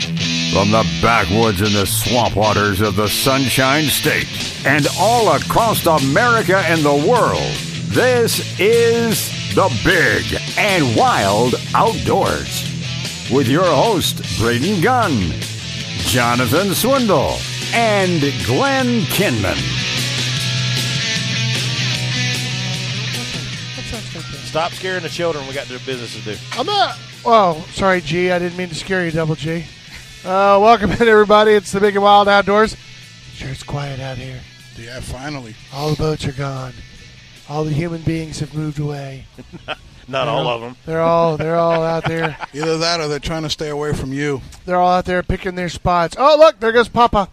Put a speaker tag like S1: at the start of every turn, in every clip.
S1: From the backwoods and the swamp waters of the Sunshine State and all across America and the world, this is the Big and Wild Outdoors with your host, Braden Gunn, Jonathan Swindle, and Glenn Kinman.
S2: Stop scaring the children. We got their business to do.
S3: I'm not. Oh, sorry, G. I didn't mean to scare you, Double G. Uh, welcome in, everybody. It's the Big and Wild Outdoors. Sure, it's quiet out here.
S4: Yeah, finally.
S3: All the boats are gone. All the human beings have moved away.
S2: Not all of them.
S3: They're all they're all out there.
S4: Either that or they're trying to stay away from you.
S3: They're all out there picking their spots. Oh, look, there goes Papa.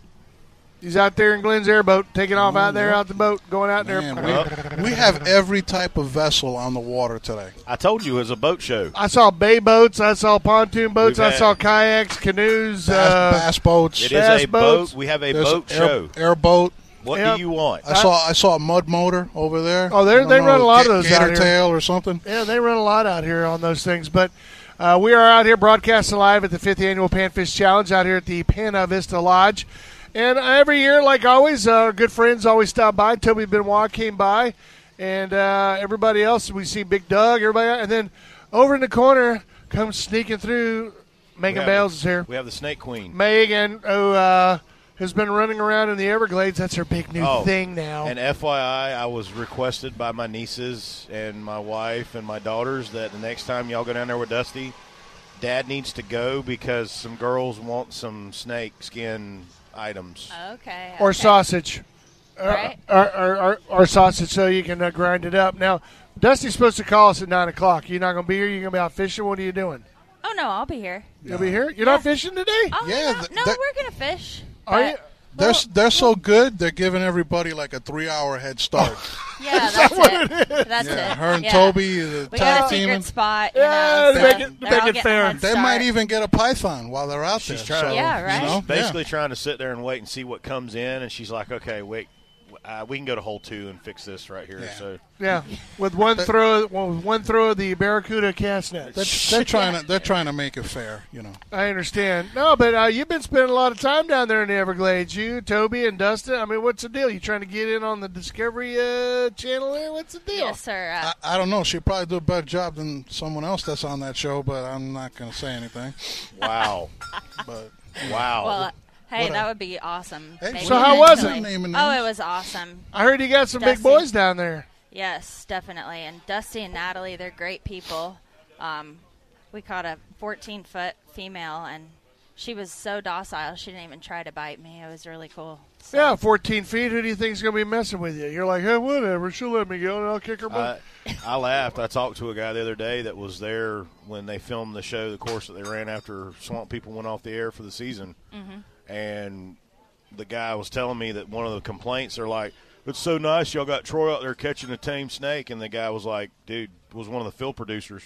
S3: He's out there in Glenn's airboat, taking off out there, out the boat, going out
S4: Man,
S3: there.
S4: we, we have every type of vessel on the water today.
S2: I told you it was a boat show.
S3: I saw bay boats. I saw pontoon boats.
S2: We've
S3: I
S2: had-
S3: saw kayaks, canoes.
S4: Bass,
S3: Uh,
S4: bass boats.
S2: It
S3: Bass
S2: is a
S3: boats.
S2: boat. We have a
S4: There's
S2: boat
S4: air-
S2: show.
S4: Airboat.
S2: What
S3: Yep.
S2: do you want?
S4: I saw I saw a mud motor over there.
S3: Oh, they're-
S4: I don't
S3: they
S4: know,
S3: run a lot of
S4: ga-
S3: those out
S4: Gator
S3: here.
S4: tail or something.
S3: Yeah, they run a lot out here on those things. But uh, we are out here broadcasting live at the fifth annual Panfish Challenge out here at the Pana Vista Lodge. And every year, like always, uh, our good friends always stop by. Toby Benoit came by, and uh, everybody else. We see Big Doug, everybody, and then over in the corner comes sneaking through.
S2: We
S3: Megan
S2: have-
S3: Bales is here.
S2: We have the Snake Queen.
S3: Megan, who uh, has been running around in the Everglades, that's her big new
S2: Oh,
S3: thing now.
S2: And FYI, I was requested by my nieces and my wife and my daughters that the next time y'all go down there with Dusty, Dad needs to go because some girls want some snake skin items.
S5: Okay.
S3: or
S5: okay.
S3: sausage, Or-
S5: Right.
S3: or, or, or, or sausage, so you can uh, grind it up. Now, Dusty's supposed to call us at nine o'clock. You're not going to be here. You're going to be out fishing. What are you doing?
S5: Oh no, I'll be here.
S3: You'll be here. You're not fishing today.
S5: Oh
S4: Yeah,
S5: no,
S4: th-
S5: no,
S4: that-
S5: we're gonna fish.
S3: Are
S5: but-
S3: you- Oh,
S4: They're s- they're so good. They're giving everybody like a three hour head start.
S3: Oh.
S5: Yeah, that's it. That's
S4: yeah,
S5: it.
S4: her and
S5: yeah.
S4: Toby, the
S5: We
S4: tag
S5: got a
S4: team.
S5: secret spot. You
S3: Yeah,
S5: know,
S3: to
S5: so
S3: make it- to make
S5: they're all
S3: it
S5: getting a
S3: fair.
S5: head
S4: They might
S5: start.
S4: even get a python while they're out
S2: She's
S4: there.
S2: trying-
S4: so,
S5: Yeah, right.
S4: You know,
S2: She's basically
S4: yeah.
S2: trying to sit there and wait and see what comes in, and she's like, "Okay, wait, w- uh, we can go to hole two and fix this right here."
S4: Yeah.
S2: So
S3: Yeah, with one throw, well, with one throw of the barracuda cast net.
S4: They're, they're trying to they're trying to make it fair. You know.
S3: I understand. No, but uh, you've been spending a lot of time down there in the Everglades. You, Toby, and Dustin. I mean, what's the deal? You trying to get in on the Discovery uh, Channel? There, what's the deal?
S5: Yes, sir. Uh,
S4: I, I don't know. She'd probably do a better job than someone else that's on that show, but I'm not going to say anything.
S2: wow,
S4: But
S2: wow.
S5: well, uh, hey,
S4: what
S5: that
S4: a-
S5: would be awesome.
S4: Hey,
S5: Thank
S4: So
S5: you,
S3: how was
S5: actually.
S4: it? Naming
S5: Oh,
S4: names.
S5: it was awesome.
S3: I heard you got some big
S5: Dusty.
S3: boys down there.
S5: Yes, definitely. And Dusty and Natalie, they're great people. Um, we caught a 14 foot female, and she was so docile. She didn't even try to bite me. It was really cool. So-
S3: Yeah, 14 feet. Who do you think's going to be messing with you? You're like, hey, whatever. She'll let me go, and I'll kick her
S2: I,
S3: butt.
S2: I laughed. I talked to a guy the other day that was there when they filmed the show, the course that they ran after Swamp People went off the air for the season. And the guy was telling me that one of the complaints are like, it's so nice y'all got Troy out there catching a tame snake. And the guy was like, dude, was one of the field producers.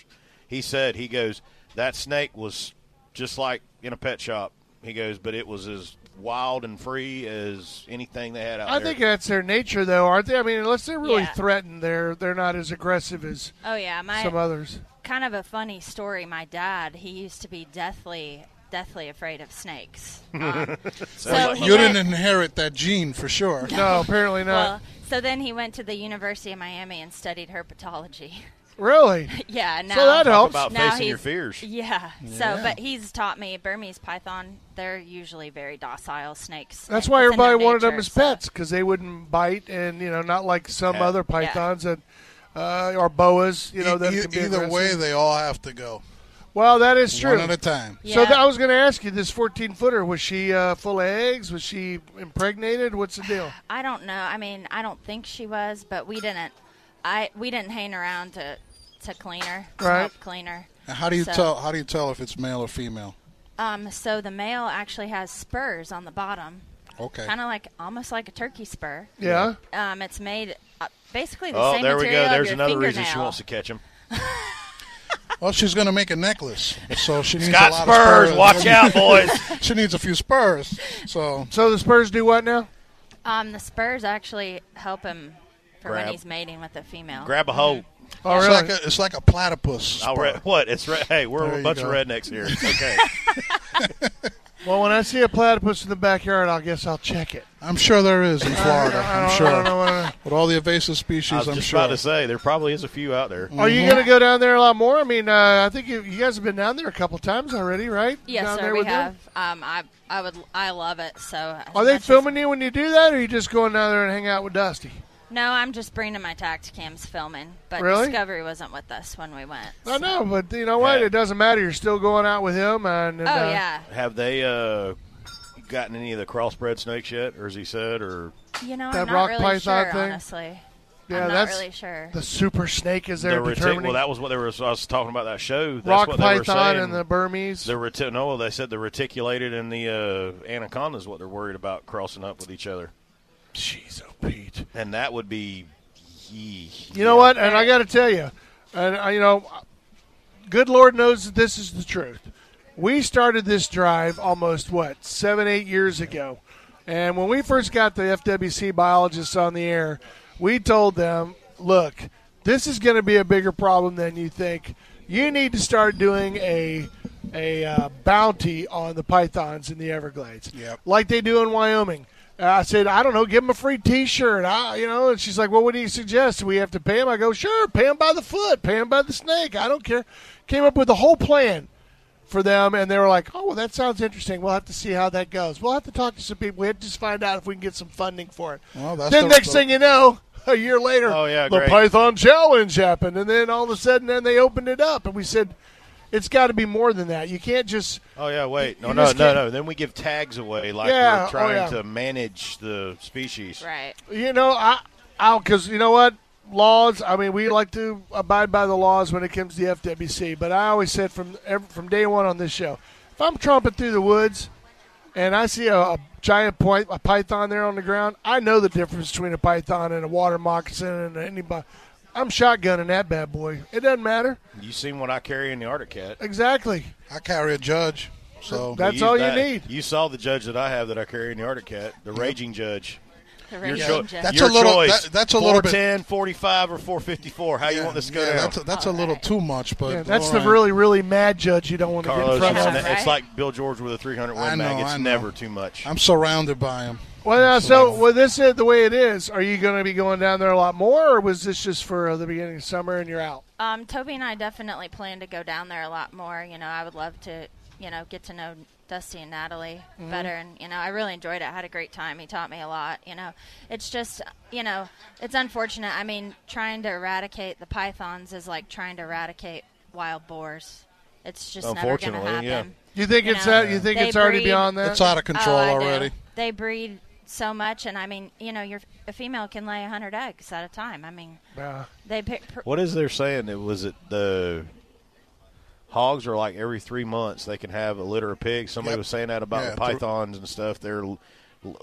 S2: He said, he goes, that snake was just like in a pet shop. He goes, but it was as wild and free as anything they had out
S3: I,
S2: there.
S3: think that's their nature, though, aren't they? I mean, unless they're really
S5: Yeah.
S3: threatened, they're they're not as aggressive as
S5: Oh, yeah. My,
S3: some others.
S5: kind of a funny story. My dad, he used to be deathly, deathly afraid of snakes. Um, so he
S4: you
S5: went-
S4: didn't inherit that gene for sure.
S3: No, apparently not.
S5: Well, so then he went to the University of Miami and studied herpetology.
S3: really?
S5: yeah. Now,
S3: So that helps.
S2: about
S5: now
S2: facing your
S5: he's-
S2: fears.
S5: Yeah. So,
S4: Yeah.
S5: but he's taught me Burmese python. They're usually very docile snakes.
S3: That's
S5: It's
S3: why
S5: in their
S3: everybody wanted them
S5: nature,
S3: as
S5: so-
S3: pets because they wouldn't bite, and you know, not like some
S2: Yeah.
S3: other pythons that uh, or boas. You know, that
S4: E-
S3: can be
S4: either
S3: aggressive.
S4: way, they all have to go
S3: Well, that is true.
S4: one at a time.
S5: Yeah.
S3: So th- I was going to ask you this 14 footer. Was she uh, full of eggs? Was she impregnated? What's the deal?
S5: I don't know. I mean, I don't think she was, but we didn't. I we didn't hang around to to clean her, to
S3: Right.
S5: help clean her.
S4: And how do you
S5: So-
S4: tell? How do you tell if it's male or female?
S5: Um, so the male actually has spurs on the bottom,
S4: Okay.
S5: kind of like almost like a turkey spur.
S3: Yeah.
S5: Um, it's made uh, basically the
S2: Oh,
S5: same
S2: there we
S5: material
S2: go.
S5: of
S2: There's
S5: your
S2: another reason she
S5: fingernail.
S2: wants to catch him.
S4: Well, she's going to make a necklace, so she needs
S2: Got
S4: a lot
S2: Spurs,
S4: of spurs.
S2: watch out, boys.
S4: She needs a few spurs. So
S3: So the Spurs do what now?
S5: Um, the spurs actually help him for
S2: Grab.
S5: when he's mating with a female.
S2: Grab a hold.
S3: Oh, really?
S4: it's
S3: Oh,
S4: like a, it's like a platypus.
S2: I'll
S4: spur.
S2: re- what? It's re- hey, we're
S4: There
S2: a
S4: you
S2: bunch of
S4: go.
S2: rednecks here. Okay.
S3: Well, when I see a platypus in the backyard, I guess I'll check it.
S4: I'm sure there is in Florida.
S3: I don't,
S4: I'm
S3: I don't know
S4: sure.
S3: what I-
S4: With all the invasive
S2: I was
S4: species, I'm
S2: just
S4: sure.
S2: about to say there probably is a few out there.
S3: Are you going to go down there a lot more? I mean, uh, I think you, you guys have been down there a couple times already, right?
S5: Yes,
S3: down
S5: sir.
S3: there
S5: We
S3: with them?
S5: have. Um, I I would I love it. So
S3: Are they
S5: that's just-
S3: filming you when you do that, or are you just going down there and hang out with Dusty?
S5: No, I'm just bringing my tacticams filming. But
S3: Really?
S5: Discovery wasn't with us when we went.
S3: I
S5: so-
S3: know, but you know what?
S2: Yeah.
S3: It doesn't matter. You're still going out with him, and, and,
S5: Oh
S3: uh,
S5: yeah.
S2: Have they uh, gotten any of the crossbred snakes yet, or as he said, or
S5: You know,
S3: That
S5: I'm not
S3: rock
S5: really
S3: python
S5: sure,
S3: thing?
S5: honestly.
S3: Yeah,
S5: I'm not
S3: that's-
S5: really sure.
S3: The super snake is
S2: the
S3: there
S2: reti-
S3: determining
S2: Well, that was what they were. I was talking about that show. That's
S3: rock
S2: what they were
S3: python
S2: saying.
S3: and the Burmese.
S2: the reti- no, they said the reticulated and the uh, anaconda is what they're worried about crossing up with each other,
S3: Jeez, oh Pete.
S2: and that would be. yee-
S3: You know
S2: yeah.
S3: what? And I got to tell you, and I, you know, good Lord knows that this is the truth. We started this drive almost what seven, eight years ago, and when we first got the FWC biologists on the air, we told them, "Look, this is going to be a bigger problem than you think. You need to start doing a." A uh, bounty on the pythons in the Everglades,
S4: Yep.
S3: like they do in Wyoming. Uh, I said, I don't know, give him a free T-shirt. I, you know, and she's like, well, what do you suggest? Do we have to pay him? I go, sure, pay him by the foot, pay him by the snake. I don't care. Came up with a whole plan for them, and they were like, oh, well, that sounds interesting. We'll have to see how that goes. We'll have to talk to some people. We have to just find out if we can get some funding for it.
S4: Well, that's
S3: then
S4: the-
S3: next
S4: the-
S3: thing you know, a year later,
S2: Oh, yeah,
S3: the
S2: great.
S3: Python Challenge happened, and then all of a sudden, then they opened it up, and we said, it's got to be more than that. You can't just
S2: Oh yeah, wait. No,
S3: you
S2: no,
S3: just
S2: no,
S3: can't-
S2: no. Then we give tags away like
S3: Yeah, oh,
S2: we're trying
S3: yeah.
S2: to manage the species.
S5: Right.
S3: You know, I, I, because you know what, laws. I mean, we like to abide by the laws when it comes to the FWC. But I always said from ev from day one on this show, if I'm tromping through the woods and I see a, a giant point, a python there on the ground, I know the difference between a python and a water moccasin and anybody. I'm shotgunning that bad boy. It doesn't matter.
S2: You seen what I carry in the Arctic cat?
S3: Exactly.
S4: I carry a judge, so
S3: That's
S2: You-
S3: all you
S2: that-
S3: need.
S2: You saw the judge that I have that I carry in the Arctic cat, the raging judge.
S5: The
S2: Your,
S5: Raging
S2: cho-
S5: Jay.
S4: That's
S2: your
S4: a little-
S2: choice.
S4: that- that's a little bit-
S2: 410, 45, or 454. How you want this to go
S4: yeah,
S2: down?
S4: That's a, that's a little too much, but
S3: Oh, Yeah, that's
S4: all
S3: the
S4: right.
S3: really, really mad judge you don't want to get in
S2: Carlos,
S3: front
S2: it's,
S3: of.
S5: Yeah,
S2: ne- it's
S5: right.
S2: like Bill George with a 300
S4: I
S2: win
S4: know,
S2: mag.
S4: I
S2: It's
S4: know.
S2: never too much.
S4: I'm surrounded by them.
S3: Well, now, so well, this is the way it is. Are you going to be going down there a lot more, or was this just for uh, the beginning of summer and you're out?
S5: Um, Toby and I definitely plan to go down there a lot more. You know, I would love to, you know, get to know Dusty and Natalie
S3: Mm-hmm.
S5: better. And, you know, I really enjoyed it. I had a great time. He taught me a lot. You know, it's just, you know, it's unfortunate. I mean, trying to eradicate the pythons is like trying to eradicate wild boars. It's just never going to happen.
S2: Unfortunately, yeah.
S3: You think
S5: You
S3: it's
S5: know,
S3: that? You think
S5: they
S3: it's already
S5: breed-
S3: beyond that?
S4: It's out of control
S5: Oh, I do.
S4: already.
S5: They breed so much. And, I mean, you know, your a female can lay 100 eggs at a time. I mean,
S3: Yeah.
S5: they pick. Pr-
S2: What is there saying? It was it the hogs are like every three months they can have a litter of pigs. Somebody
S4: Yep.
S2: was saying that about
S4: Yeah,
S2: the
S4: thr-
S2: pythons and stuff. They're l-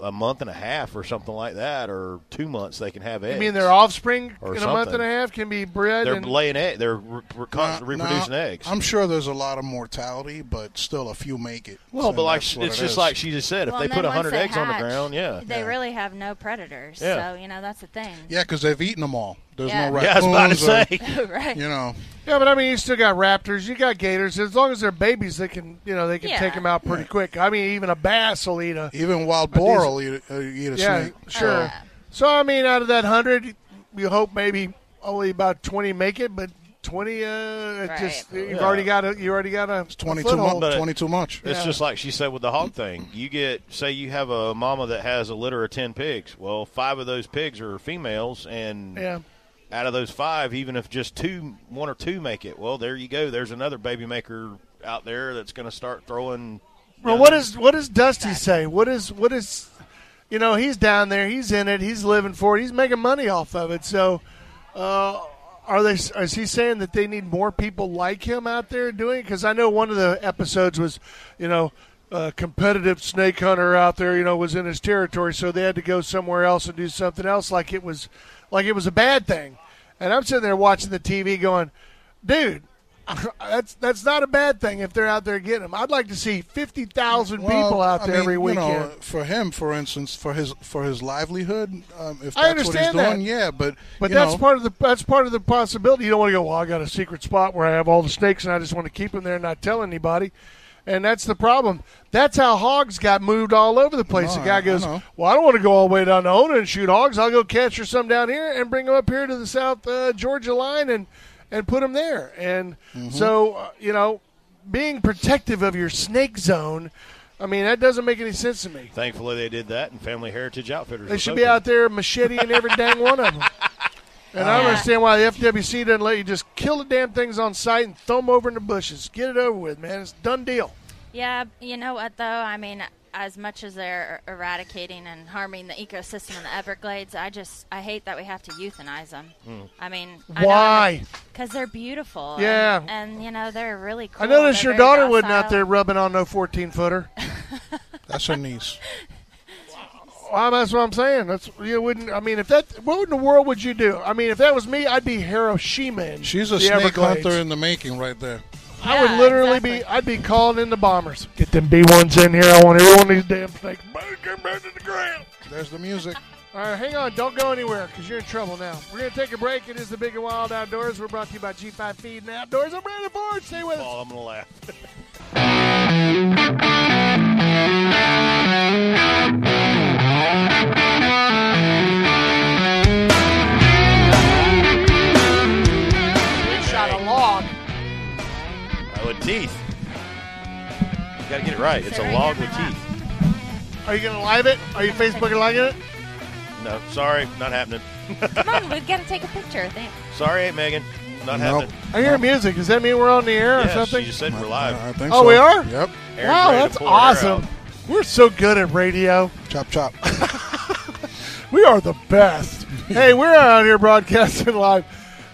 S2: a month and a half or something like that, or two months they can have eggs.
S3: I mean, their offspring
S2: Or
S3: in a month and
S2: something.
S3: a half can be bred.
S2: they're
S3: and,
S2: laying egg. They're re- re-
S4: Now-
S2: constantly reproducing
S4: now,
S2: eggs.
S4: I'm sure there's a lot of mortality, but still a few make it.
S2: well,
S4: So
S2: but like
S4: that's
S2: it's
S4: what
S2: just
S4: it is.
S2: like she just said, if
S5: Well,
S2: they
S5: and
S2: put
S5: then once
S2: hundred
S5: they
S2: eggs on the
S5: hatch,
S2: ground, yeah,
S5: They
S4: Yeah.
S5: really have no predators.
S2: Yeah.
S5: So, you know, that's the thing.
S4: yeah, because they've eaten them all. There's
S5: Yeah.
S4: no
S2: yeah. I was
S4: raccoons.
S2: about to
S4: or-
S2: say.
S5: right.
S4: you know,
S3: yeah, but I mean, you still got raptors, you got gators. As long as they're babies, they can you know they can
S5: Yeah.
S3: take them out pretty quick. I mean, even a bass will eat a
S4: even wild boar will eat a, uh, eat a
S3: yeah,
S4: snake.
S3: sure.
S5: Uh,
S3: so I mean, out of that hundred, you hope maybe only about twenty make it, but twenty, uh, it
S5: Right.
S3: just you've
S2: Yeah.
S3: already got a you already got a
S4: It's 20
S3: a
S4: too
S3: foothold.
S4: much.
S2: But-
S4: 20 too much.
S2: It's
S3: Yeah.
S2: just like she said with the hog thing. You get, say, you have a mama that has a litter of 10 pigs. Well, five of those pigs are females, and
S3: Yeah.
S2: out of those five, even if just two, one or two make it, well, there you go. There's another baby maker out there that's going to start throwing.
S3: Well, what is what does Dusty say? What is what is, you know, he's down there, he's in it, he's living for it, he's making money off of it. So, uh, are they? Is he saying that they need more people like him out there doing? Because I know one of the episodes was, you know, a competitive snake hunter out there, you know, was in his territory, so they had to go somewhere else and do something else, like it was, like it was a bad thing. And I'm sitting there watching the TV, going, dude. That's that's not a bad thing if they're out there getting them. I'd like to see fifty thousand
S4: Well,
S3: people out
S4: I
S3: there
S4: mean,
S3: every
S4: you
S3: weekend.
S4: know, for him, for instance, for his for his livelihood, um, if that's
S3: I understand
S4: what
S3: that.
S4: he's doing, yeah, but
S3: but
S4: you
S3: that's
S4: know,
S3: part of the that's part of the possibility. You don't want to go. Well, I got a secret spot where I have all the snakes, and I just want to keep them there and not tell anybody. and that's the problem. That's how hogs got moved all over the place.
S4: No,
S3: the guy
S4: I- I
S3: goes,
S4: know.
S3: "Well, I don't want to go all the way down to Ona and shoot hogs. I'll go catch or some down here and bring them up here to the South uh, Georgia line and and put them there." And
S4: Mm-hmm.
S3: so uh, you know, being protective of your snake zone, I mean that doesn't make any sense to me.
S2: Thankfully, they did that, and Family Heritage Outfitters.
S3: They
S2: was
S3: should be
S2: open.
S3: out there macheteing every dang one of them. And I don't
S5: Yeah.
S3: understand why the FWC doesn't let you just kill the damn things on site and throw them over in the bushes. Get it over with, man. It's a done deal.
S5: Yeah, you know what though? I mean, as much as they're er, eradicating and harming the ecosystem in the Everglades, I just I hate that we have to euthanize them.
S2: Hmm.
S5: I mean,
S3: Why?
S5: Because they're beautiful. and-
S3: Yeah.
S5: and, you know they're really cool.
S3: I noticed
S5: They're
S3: your
S5: very
S3: daughter wasn't out
S5: docile.
S3: there rubbing on no 14 footer.
S4: That's her niece.
S3: Well, that's what I'm saying. That's you wouldn't. I mean, if that, what in the world would you do? I mean, if that was me, I'd be Hiroshima. in
S4: She's a
S3: the
S4: snake
S3: Everglades.
S4: hunter in the making, right there.
S3: I would
S5: Yeah,
S3: literally be.
S5: exactly.
S3: I'd be calling in the bombers. Get them B ones in here. I want every one of these damn snakes. Bang, get 'em down to the ground.
S4: There's the music.
S3: All right, hang on. Don't go anywhere because you're in trouble now. We're going to take a break. It is the Big and Wild Outdoors. We're brought to you by G5 Feed and Outdoors. I'm Brandon Ford. Stay with us.
S2: Oh, I'm gonna laugh.
S3: We shot a log.
S2: Oh, with teeth. You gotta get it right. It's
S5: Sit
S2: a
S5: right
S2: log
S5: here
S2: with
S5: in my lap.
S2: teeth.
S3: Are you going to live it? Are you Facebooking live it?
S2: No, sorry, not happening.
S5: Come on, we've got to take a picture. Thanks.
S2: Sorry, Aunt Megan, not
S4: Nope.
S2: happening.
S3: I hear music. Does that mean we're on the air or
S2: Yeah,
S3: something?
S2: she just said we're
S4: I, I
S2: live.
S4: think
S3: Oh,
S4: so.
S3: we are?
S4: Yep.
S2: Aaron's
S3: Wow,
S2: ready to
S3: that's
S2: pull her out.
S3: awesome. We're so good at radio.
S4: Chop chop.
S3: We are the best. hey, we're out here broadcasting live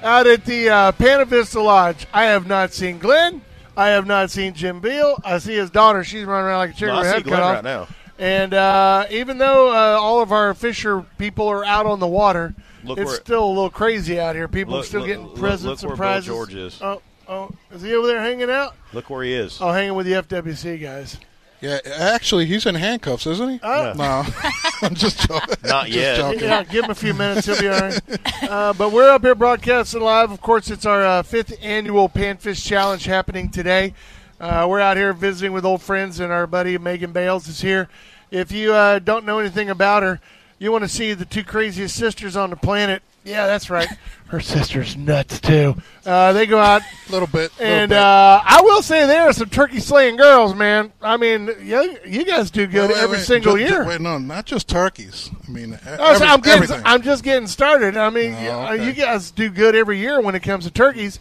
S3: out at the uh, Panavista Lodge. I have not seen Glenn. I have not seen Jim Beal. I see his daughter. She's running around like a chicken
S2: No,
S3: with her
S2: I see
S3: head
S2: Glenn
S3: cut off.
S2: right now.
S3: And uh, even though uh, all of our fisher people are out on the water,
S2: Look
S3: it's
S2: where-
S3: still a little crazy out here. People
S2: Look-
S3: are still
S2: look-
S3: getting
S2: look-
S3: presents
S2: look
S3: and
S2: where Bill
S3: prizes.
S2: George is.
S3: Oh, oh, is he over there hanging out?
S2: Look where he is.
S3: Oh, hanging with the FWC guys.
S4: Yeah, actually, he's in handcuffs, isn't he?
S3: Oh.
S4: No, I'm just joking.
S2: Not
S4: Just
S2: yet.
S4: joking.
S3: Yeah, give him a few minutes. He'll be all right. Uh, but we're up here broadcasting live. Of course, it's our uh, fifth annual Panfish Challenge happening today. Uh, we're out here visiting with old friends, and our buddy Megan Bales is here. If you uh, don't know anything about her, you want to see the two craziest sisters on the planet. Yeah, that's right. Her sister's nuts, too. Uh, they go out.
S4: Little bit. little
S3: And
S4: bit.
S3: uh, I will say there are some turkey slaying girls, man. I mean, you, you guys do
S4: Wait,
S3: good
S4: wait,
S3: every
S4: wait.
S3: single
S4: Ju- ju-
S3: year.
S4: wait, no, not just turkeys. I mean, e-
S3: Oh, so
S4: every-
S3: I'm getting,
S4: everything.
S3: I'm just getting started. I mean,
S4: Oh,
S3: uh,
S4: okay.
S3: you guys do good every year when it comes to turkeys,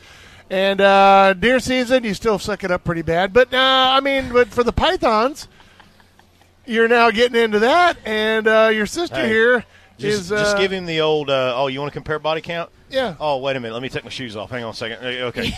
S3: and uh, deer season you still suck it up pretty bad. But uh, I mean, but for the pythons, you're now getting into that, and uh, your sister
S2: Hey,
S3: here is
S2: Just, just
S3: uh,
S2: give him the old. Uh, oh, you want to compare body count?
S3: Yeah.
S2: Oh, wait a minute. Let me take my shoes off. Hang on a second. Uh, Okay.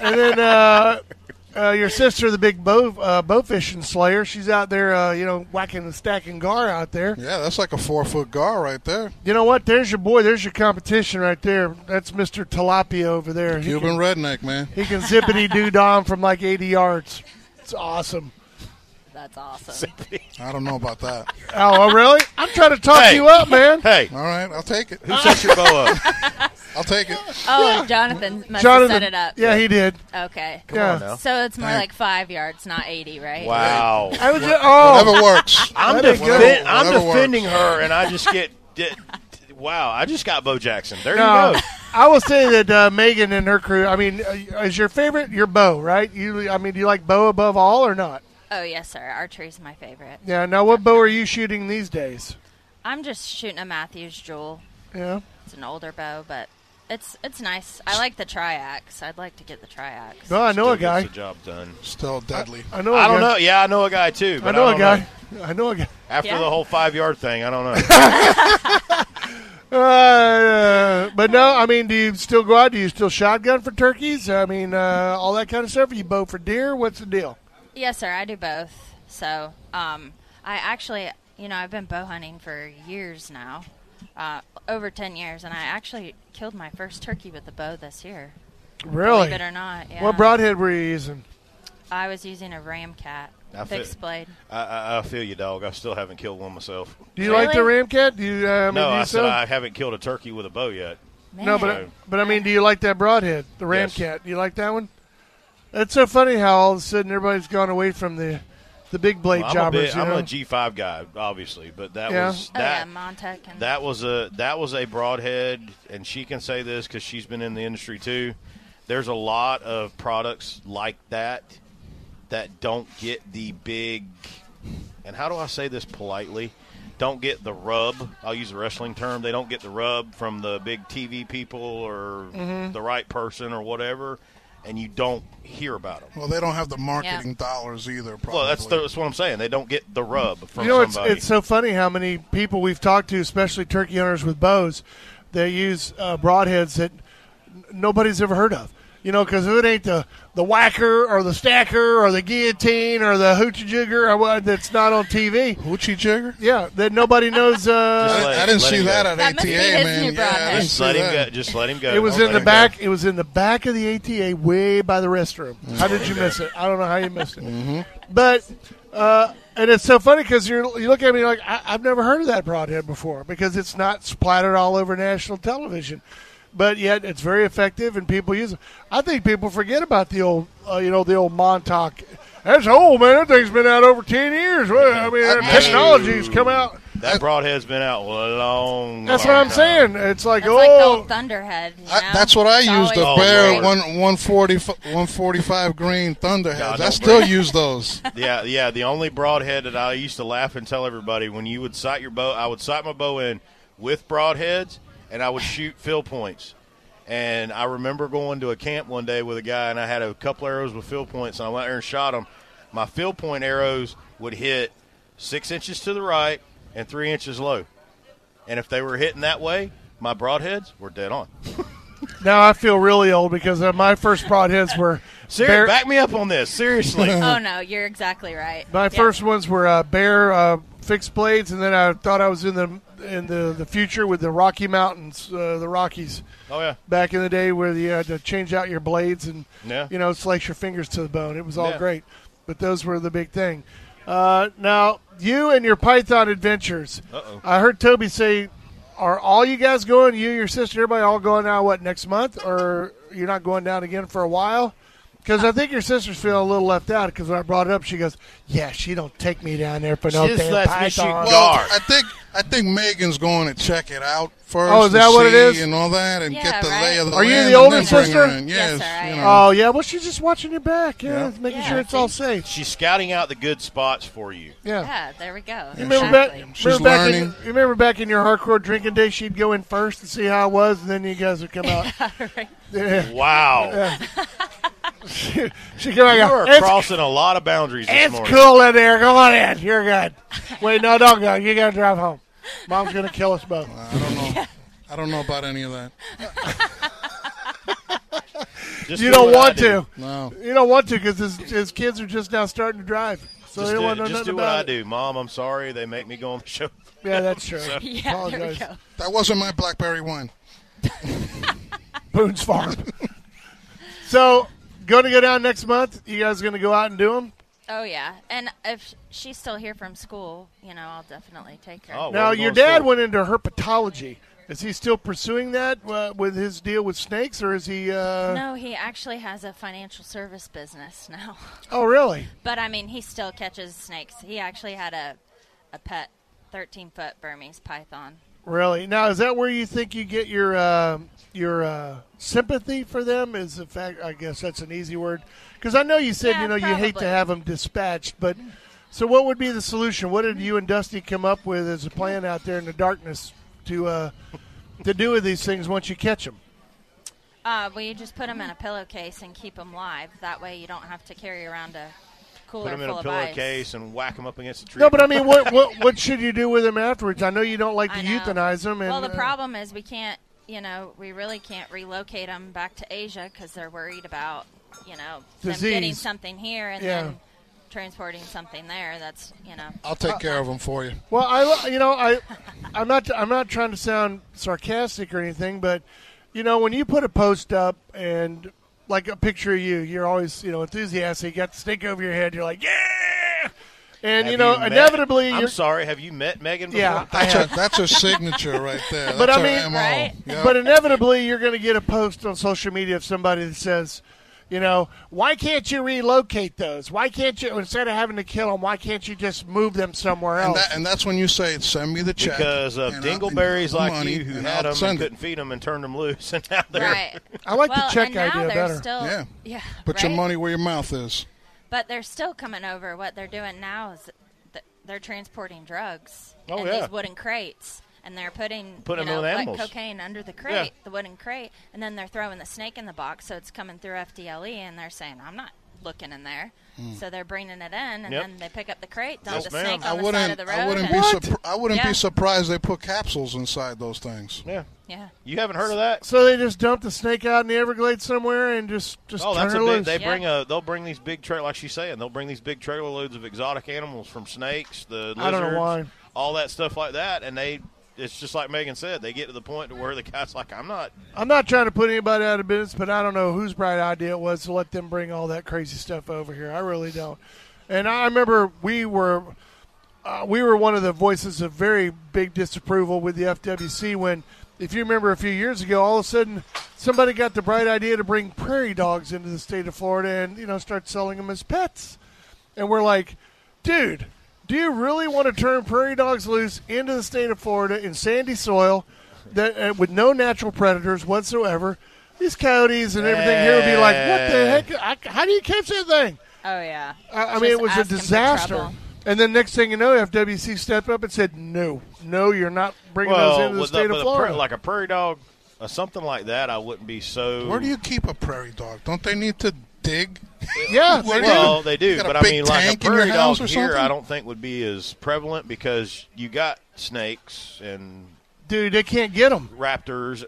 S3: and then uh, uh, your sister, the big bow uh, bow fishing slayer, she's out there, uh, you know, whacking the stacking gar out there.
S4: yeah, that's like a four foot gar right there.
S3: You know what? There's your boy. There's your competition right there. That's Mister Tilapia over there. He
S4: Cuban redneck, man.
S3: He can zippity doo dom from like 80 yards. It's awesome.
S5: That's awesome.
S4: I don't know about that.
S3: Oh, really? I'm trying to talk
S2: Hey.
S3: you up, man.
S2: hey,
S4: All right, I'll take it.
S2: who set your bow up?
S4: I'll take it.
S5: Oh, Jonathan must
S3: Jonathan,
S5: have set it up.
S3: Yeah, he did.
S5: Okay.
S2: Come
S3: Yeah.
S2: on now.
S5: So it's more
S4: Thank-
S5: like five yards, not eighty, right?
S2: Wow.
S3: I was just, oh,
S4: Whatever works.
S2: I'm,
S3: Let it go.
S2: defen- I'm
S4: Whatever
S2: defending her, and I just get. di- di- wow, I just got Bo Jackson. There
S3: no.
S2: you go.
S3: I will say that uh, Megan and her crew. I mean, uh, is your favorite your bow, right? You, I mean, do you like bow above all or not?
S5: Oh yes, sir. Archery's my favorite.
S3: Yeah. Now, what bow are you shooting these days?
S5: I'm just shooting a Matthews Jewel.
S3: Yeah.
S5: It's an older bow, but it's it's nice. I like the triax. I'd like to get the triax.
S3: Well, I know a
S2: Still gets
S3: guy.
S2: The job done.
S4: Still deadly.
S3: I know. a
S2: I don't
S3: guy.
S2: know. Yeah, I know a guy too.
S3: I
S2: but
S3: know a
S2: don't
S3: guy. I know a guy.
S2: After
S5: Yeah.
S2: the whole five yard thing, I don't know.
S3: Uh, but no, I mean, do you still go out? Do you still shotgun for turkeys? I mean, uh, all that kind of stuff. You bow for deer? What's the deal?
S5: Yes, sir. I do both. So, um, I actually, you know, I've been bow hunting for years now, uh, over ten years, and I actually killed my first turkey with the bow this year.
S3: Really?
S5: Believe it or not. Yeah.
S3: What broadhead were you using?
S5: I was using a Ramcat
S2: I fit-
S5: fixed blade.
S2: I, I, I feel you, dog. I still haven't killed one myself.
S3: Do you
S5: Really?
S3: like the ramcat? Do you? Uh, I mean,
S2: No,
S3: do you
S2: I said
S3: sell-
S2: I haven't killed a turkey with a bow yet.
S5: Man.
S3: no, but but I mean, do you like that broadhead, the
S2: Yes.
S3: ramcat? Do you like that one? It's so funny how all of a sudden everybody's gone away from the the big blade
S2: Well, I'm, a
S3: jobbers.
S2: big,
S3: you
S2: I'm
S3: know?
S2: a G5 guy, obviously, but that
S3: Yeah.
S2: was
S5: Oh, yeah,
S2: that.
S5: Montec and
S2: That was a that was a broadhead, and she can say this because she's been in the industry too. There's a lot of products like that that don't get the big, and how do I say this politely? Don't get the rub. I'll use a wrestling term. They don't get the rub from the big TV people or
S3: Mm-hmm.
S2: the right person or whatever, and you don't hear about them.
S4: Well, they don't have the marketing dollars either. Probably.
S2: Well, that's, the, that's what I'm saying. They don't get the rub from
S3: you know, it's,
S2: somebody.
S3: it's so funny how many people we've talked to, especially turkey hunters with bows, they use uh, broadheads that n- nobody's ever heard of. You know, because if it ain't the, the whacker or the stacker or the guillotine or the hoochie jigger or what that's not on TV,
S4: Hoochie Jigger.
S3: yeah, that nobody knows.
S4: I,
S3: Uh,
S2: Just
S4: didn't-
S2: let-
S4: I didn't
S2: let
S4: see
S2: him
S4: that
S2: go.
S4: at
S5: That must
S4: ATA,
S5: be
S4: man.
S5: his new
S4: yeah, I didn't
S5: broadhead.
S2: just
S4: see
S2: let him
S4: that.
S2: go. Just let him go.
S3: it was
S2: Don't
S3: in
S2: let
S3: the
S2: him go.
S3: back. It was in the back of the ATA, way by the restroom. How did you miss it? I don't know how you missed it. But uh, and it's so funny because you you look at me like I, I've never heard of that broadhead before because it's not splattered all over national television, but yet it's very effective and people use it. I think people forget about the old uh, you know the old Montauk. That's old man. That thing's been out over ten years. Well, I mean, our
S2: That's-
S3: technology's come out.
S2: That broadhead's been out a long.
S3: That's what
S2: long
S3: I'm
S2: time.
S3: saying. It's like
S5: That's
S3: oh,
S5: like the old Thunderhead. you
S4: I,
S5: know?
S4: that's what I
S5: It's
S4: used the
S5: always
S4: bare
S5: great.
S2: Oh, Lord.
S4: one 140, 145 grain
S2: God,
S4: Thunderheads. I
S2: don't
S4: still
S2: break.
S4: use those.
S2: Yeah, yeah. The only broadhead that I used to laugh and tell everybody when you would sight your bow, I would sight my bow in with broadheads, and I would shoot fill points. And I remember going to a camp one day with a guy, and I had a couple arrows with fill points, and I went there and shot them. My fill point arrows would hit six inches to the right and three inches low, and if they were hitting that way, my broadheads were dead on.
S3: Now I feel really old because uh, my first broadheads were
S2: Ser-
S3: bare-
S2: back me up on this, seriously.
S5: Oh no, you're exactly right.
S3: Uh, my
S5: Yeah.
S3: first ones were uh, bare uh, fixed blades, and then I thought I was in the in the, the future with the Rocky Mountains, uh, the Rockies.
S2: oh yeah.
S3: Back in the day, where you had to change out your blades and
S2: Yeah.
S3: you know slice your fingers to the bone. It was all
S2: Yeah.
S3: great, but those were the big thing. Uh, now you and your Python adventures.
S2: Uh-oh.
S3: I heard Toby say, "Are all you guys going? You, your sister, everybody, all going now? What next month? Or you're not going down again for a while?" Because I think your sister's feeling a little left out. Because when I brought it up, she goes, "Yeah, she don't take me down there for no
S2: She just
S3: damn
S2: lets me
S3: python."
S2: shoot
S4: Well,
S2: Gar.
S4: I think I think Megan's going to check it out first.
S3: Oh, is
S4: to
S3: that what it
S4: see
S3: is?
S4: And all that, and
S5: Yeah,
S4: get the
S5: right.
S4: lay of the
S3: Are you
S4: land
S3: the
S4: and
S3: older
S4: then bring her
S3: sister?
S4: in. Yes,
S5: Yes, sir, I
S4: you
S5: am.
S4: know.
S3: Oh yeah, well she's just watching your back, yeah,
S4: Yeah.
S3: making
S5: Yeah,
S3: sure
S5: I
S3: it's all
S5: think-
S3: safe.
S2: She's scouting out the good spots for you.
S3: Yeah.
S5: Yeah, there we go.
S3: You remember back,
S5: Exactly.
S4: She's
S3: remember back in,
S4: learning.
S3: you remember back in your hardcore drinking day, she'd go in first and see how I was, and then you guys would come out.
S5: Right.
S3: Yeah.
S2: Wow.
S3: She'd come out
S2: You
S3: and
S2: are
S3: go, it's,
S2: crossing a lot of boundaries this
S3: it's
S2: morning.
S3: cool in there. Go on in. You're good. Wait, no, don't go. You got to drive home. Mom's going to kill us both.
S4: I don't know. I don't know about any of that.
S2: Just
S3: You
S2: do
S3: don't
S2: what I
S3: want
S2: do.
S3: to.
S4: No.
S3: You don't want to because his, his kids are just now starting to drive. So they
S2: Just
S3: don't
S2: do,
S3: want to know
S2: just
S3: nothing
S2: do what
S3: about
S2: I
S3: it.
S2: do. Mom, I'm sorry. They make me go on the show.
S3: Yeah, that's true.
S5: Yeah, there we
S3: Apologize.
S5: go.
S4: That wasn't my BlackBerry one.
S3: Boone's Farm. so, going to go down next month. You guys going to go out and do them?
S5: Oh yeah, and if she's still here from school, you know, I'll definitely take her.
S2: Oh,
S3: Now,
S2: we're
S3: your
S2: going to
S3: dad
S2: school.
S3: went into herpetology. Is he still pursuing that uh, with his deal with snakes, or is he? Uh...
S5: No, he actually has a financial service business now.
S3: Oh, really?
S5: But I mean, he still catches snakes. He actually had a a pet 13 foot Burmese python.
S3: Really? Now, is that where you think you get your uh, your uh, sympathy for them? Is the fact? I guess that's an easy word because I know you said
S5: Yeah,
S3: you know you hate to
S5: probably.
S3: have them dispatched, but so what would be the solution? What did you and Dusty come up with as a plan out there in the darkness to uh, to do with these things once you catch them?
S5: Uh, well, you just put them in a pillowcase and keep them live. That way, you don't have to carry around a cooler
S2: Put him in
S5: full
S2: a
S5: of ice.
S2: pillowcase and whack him up against the tree.
S3: No, but uh, I mean, what what what should you do with them afterwards? I know you don't like to
S5: I know.
S3: euthanize them. And,
S5: well, the
S3: uh,
S5: problem is we can't, you know, we really can't relocate them back to Asia because they're worried about, you know, them getting
S3: Disease.
S5: something here and
S3: Yeah.
S5: then transporting something there. That's, you know,
S4: I'll take care of them for you.
S3: Well, I lo- you know I I'm not I'm not trying to sound sarcastic or anything, but you know when you put a post up and like a picture of you, you're always you know enthusiastic. You got the snake over your head. You're like yeah, and
S2: Have
S3: you know
S2: met-
S3: inevitably
S2: I'm
S3: you're.
S2: sorry. Have you met Megan before?
S3: Yeah, I
S4: That's
S3: have.
S4: her, that's her signature right there. That's
S3: But I
S4: her
S3: mean-
S4: MO.
S5: Right?
S4: Yeah.
S3: But inevitably, you're going to get a post on social media of somebody that says, You know, why can't you relocate those? Why can't you instead of having to kill them? Why can't you just move them somewhere
S4: And,
S3: else?
S4: that, and that's when you say, "Send me the check."
S2: because of
S4: and I'll- and
S2: dingleberries
S4: the
S2: like
S4: money,
S2: you who
S4: and
S2: had
S4: I'll
S2: them and
S4: send it.
S2: couldn't feed them and turned them loose, and now they're
S5: Right.
S3: I like the
S5: well,
S3: check
S5: and now
S3: idea
S5: they're
S3: better.
S5: Still,
S4: Yeah.
S5: Yeah.
S4: Put your
S5: right?
S4: money where your mouth is.
S5: But they're still coming over. What they're doing now is th- they're transporting drugs
S2: Oh,
S5: in
S2: yeah.
S5: these wooden crates, and they're putting
S2: Putting
S5: you
S2: them
S5: know,
S2: with
S5: like
S2: animals.
S5: cocaine under the crate, the wooden crate, and then they're throwing the snake in the box, so it's coming through FDLE, E, and they're saying, "I'm not looking in there."
S3: Hmm.
S5: So they're bringing it in, and
S2: Yep.
S5: then they pick up the crate, dump
S2: Yes,
S5: the
S2: ma'am.
S5: snake
S2: I
S5: on
S4: I
S5: the side
S4: wouldn't.
S5: of the road.
S4: I wouldn't
S5: and-
S4: be. Surpri- I wouldn't
S5: Yeah.
S4: be surprised they put capsules inside those things.
S2: yeah.
S5: yeah.
S2: You haven't heard of that?
S3: so they just dump the snake out in the Everglades somewhere and just just
S2: Oh,
S3: turn
S2: that's a
S3: her
S2: big.
S3: loose.
S2: They
S5: Yeah.
S2: bring a. They'll bring these big trailer, like she's saying. They'll bring these big trailer loads of exotic animals from snakes, the lizards,
S3: I don't know why.
S2: all that stuff like that, and they. It's just like Megan said. They get to the point to where the guy's like, "I'm not."
S3: I'm not trying to put anybody out of business, but I don't know whose bright idea it was to let them bring all that crazy stuff over here. I really don't. And I remember we were uh, we were one of the voices of very big disapproval with the FWC when, if you remember, a few years ago, all of a sudden somebody got the bright idea to bring prairie dogs into the state of Florida and you know start selling them as pets and we're like, dude, do you really want to turn prairie dogs loose into the state of Florida in sandy soil that uh, with no natural predators whatsoever? These coyotes and everything here would be like, what the heck? I, how do you catch that thing?
S5: Oh yeah.
S3: I, I
S5: Just
S3: mean, it was a
S5: asking for
S3: disaster.
S5: trouble.
S3: And then next thing you know, FWC stepped up and said, no, no, you're not bringing those into the
S2: with
S3: state
S2: with
S3: of
S2: a pra-
S3: Florida.
S2: like a prairie dog, or something like that, I wouldn't be so.
S4: Where do you keep a prairie dog? Don't they need to dig?
S3: yeah,
S4: Where do
S2: Well,
S4: you-
S2: they do,
S4: you got a
S2: but I
S4: big
S2: mean, like a
S4: tank in your
S2: prairie dog
S4: house or
S2: here, I
S4: something?
S2: don't think would be as prevalent because you got snakes and
S3: dude, they can't get them.
S2: raptors.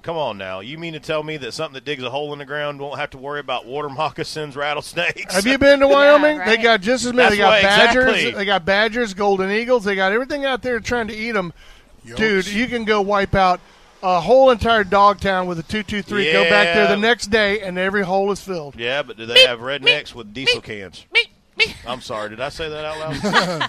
S2: Come on now, you mean to tell me that something that digs a hole in the ground won't have to worry about water moccasins, rattlesnakes?
S3: Have you been to Wyoming?
S5: right.
S3: They got just as many. they got
S2: That's why-
S3: badgers.
S2: exactly.
S3: They got badgers, golden eagles. They got everything out there trying to eat them. Dude,
S4: Yikes.
S3: you can go wipe out a whole entire dog town with a two-two-three. Go back there
S2: Yeah.
S3: the next day, and every hole is filled.
S2: yeah, but do they have rednecks with diesel cans? I'm sorry, did I say that out loud?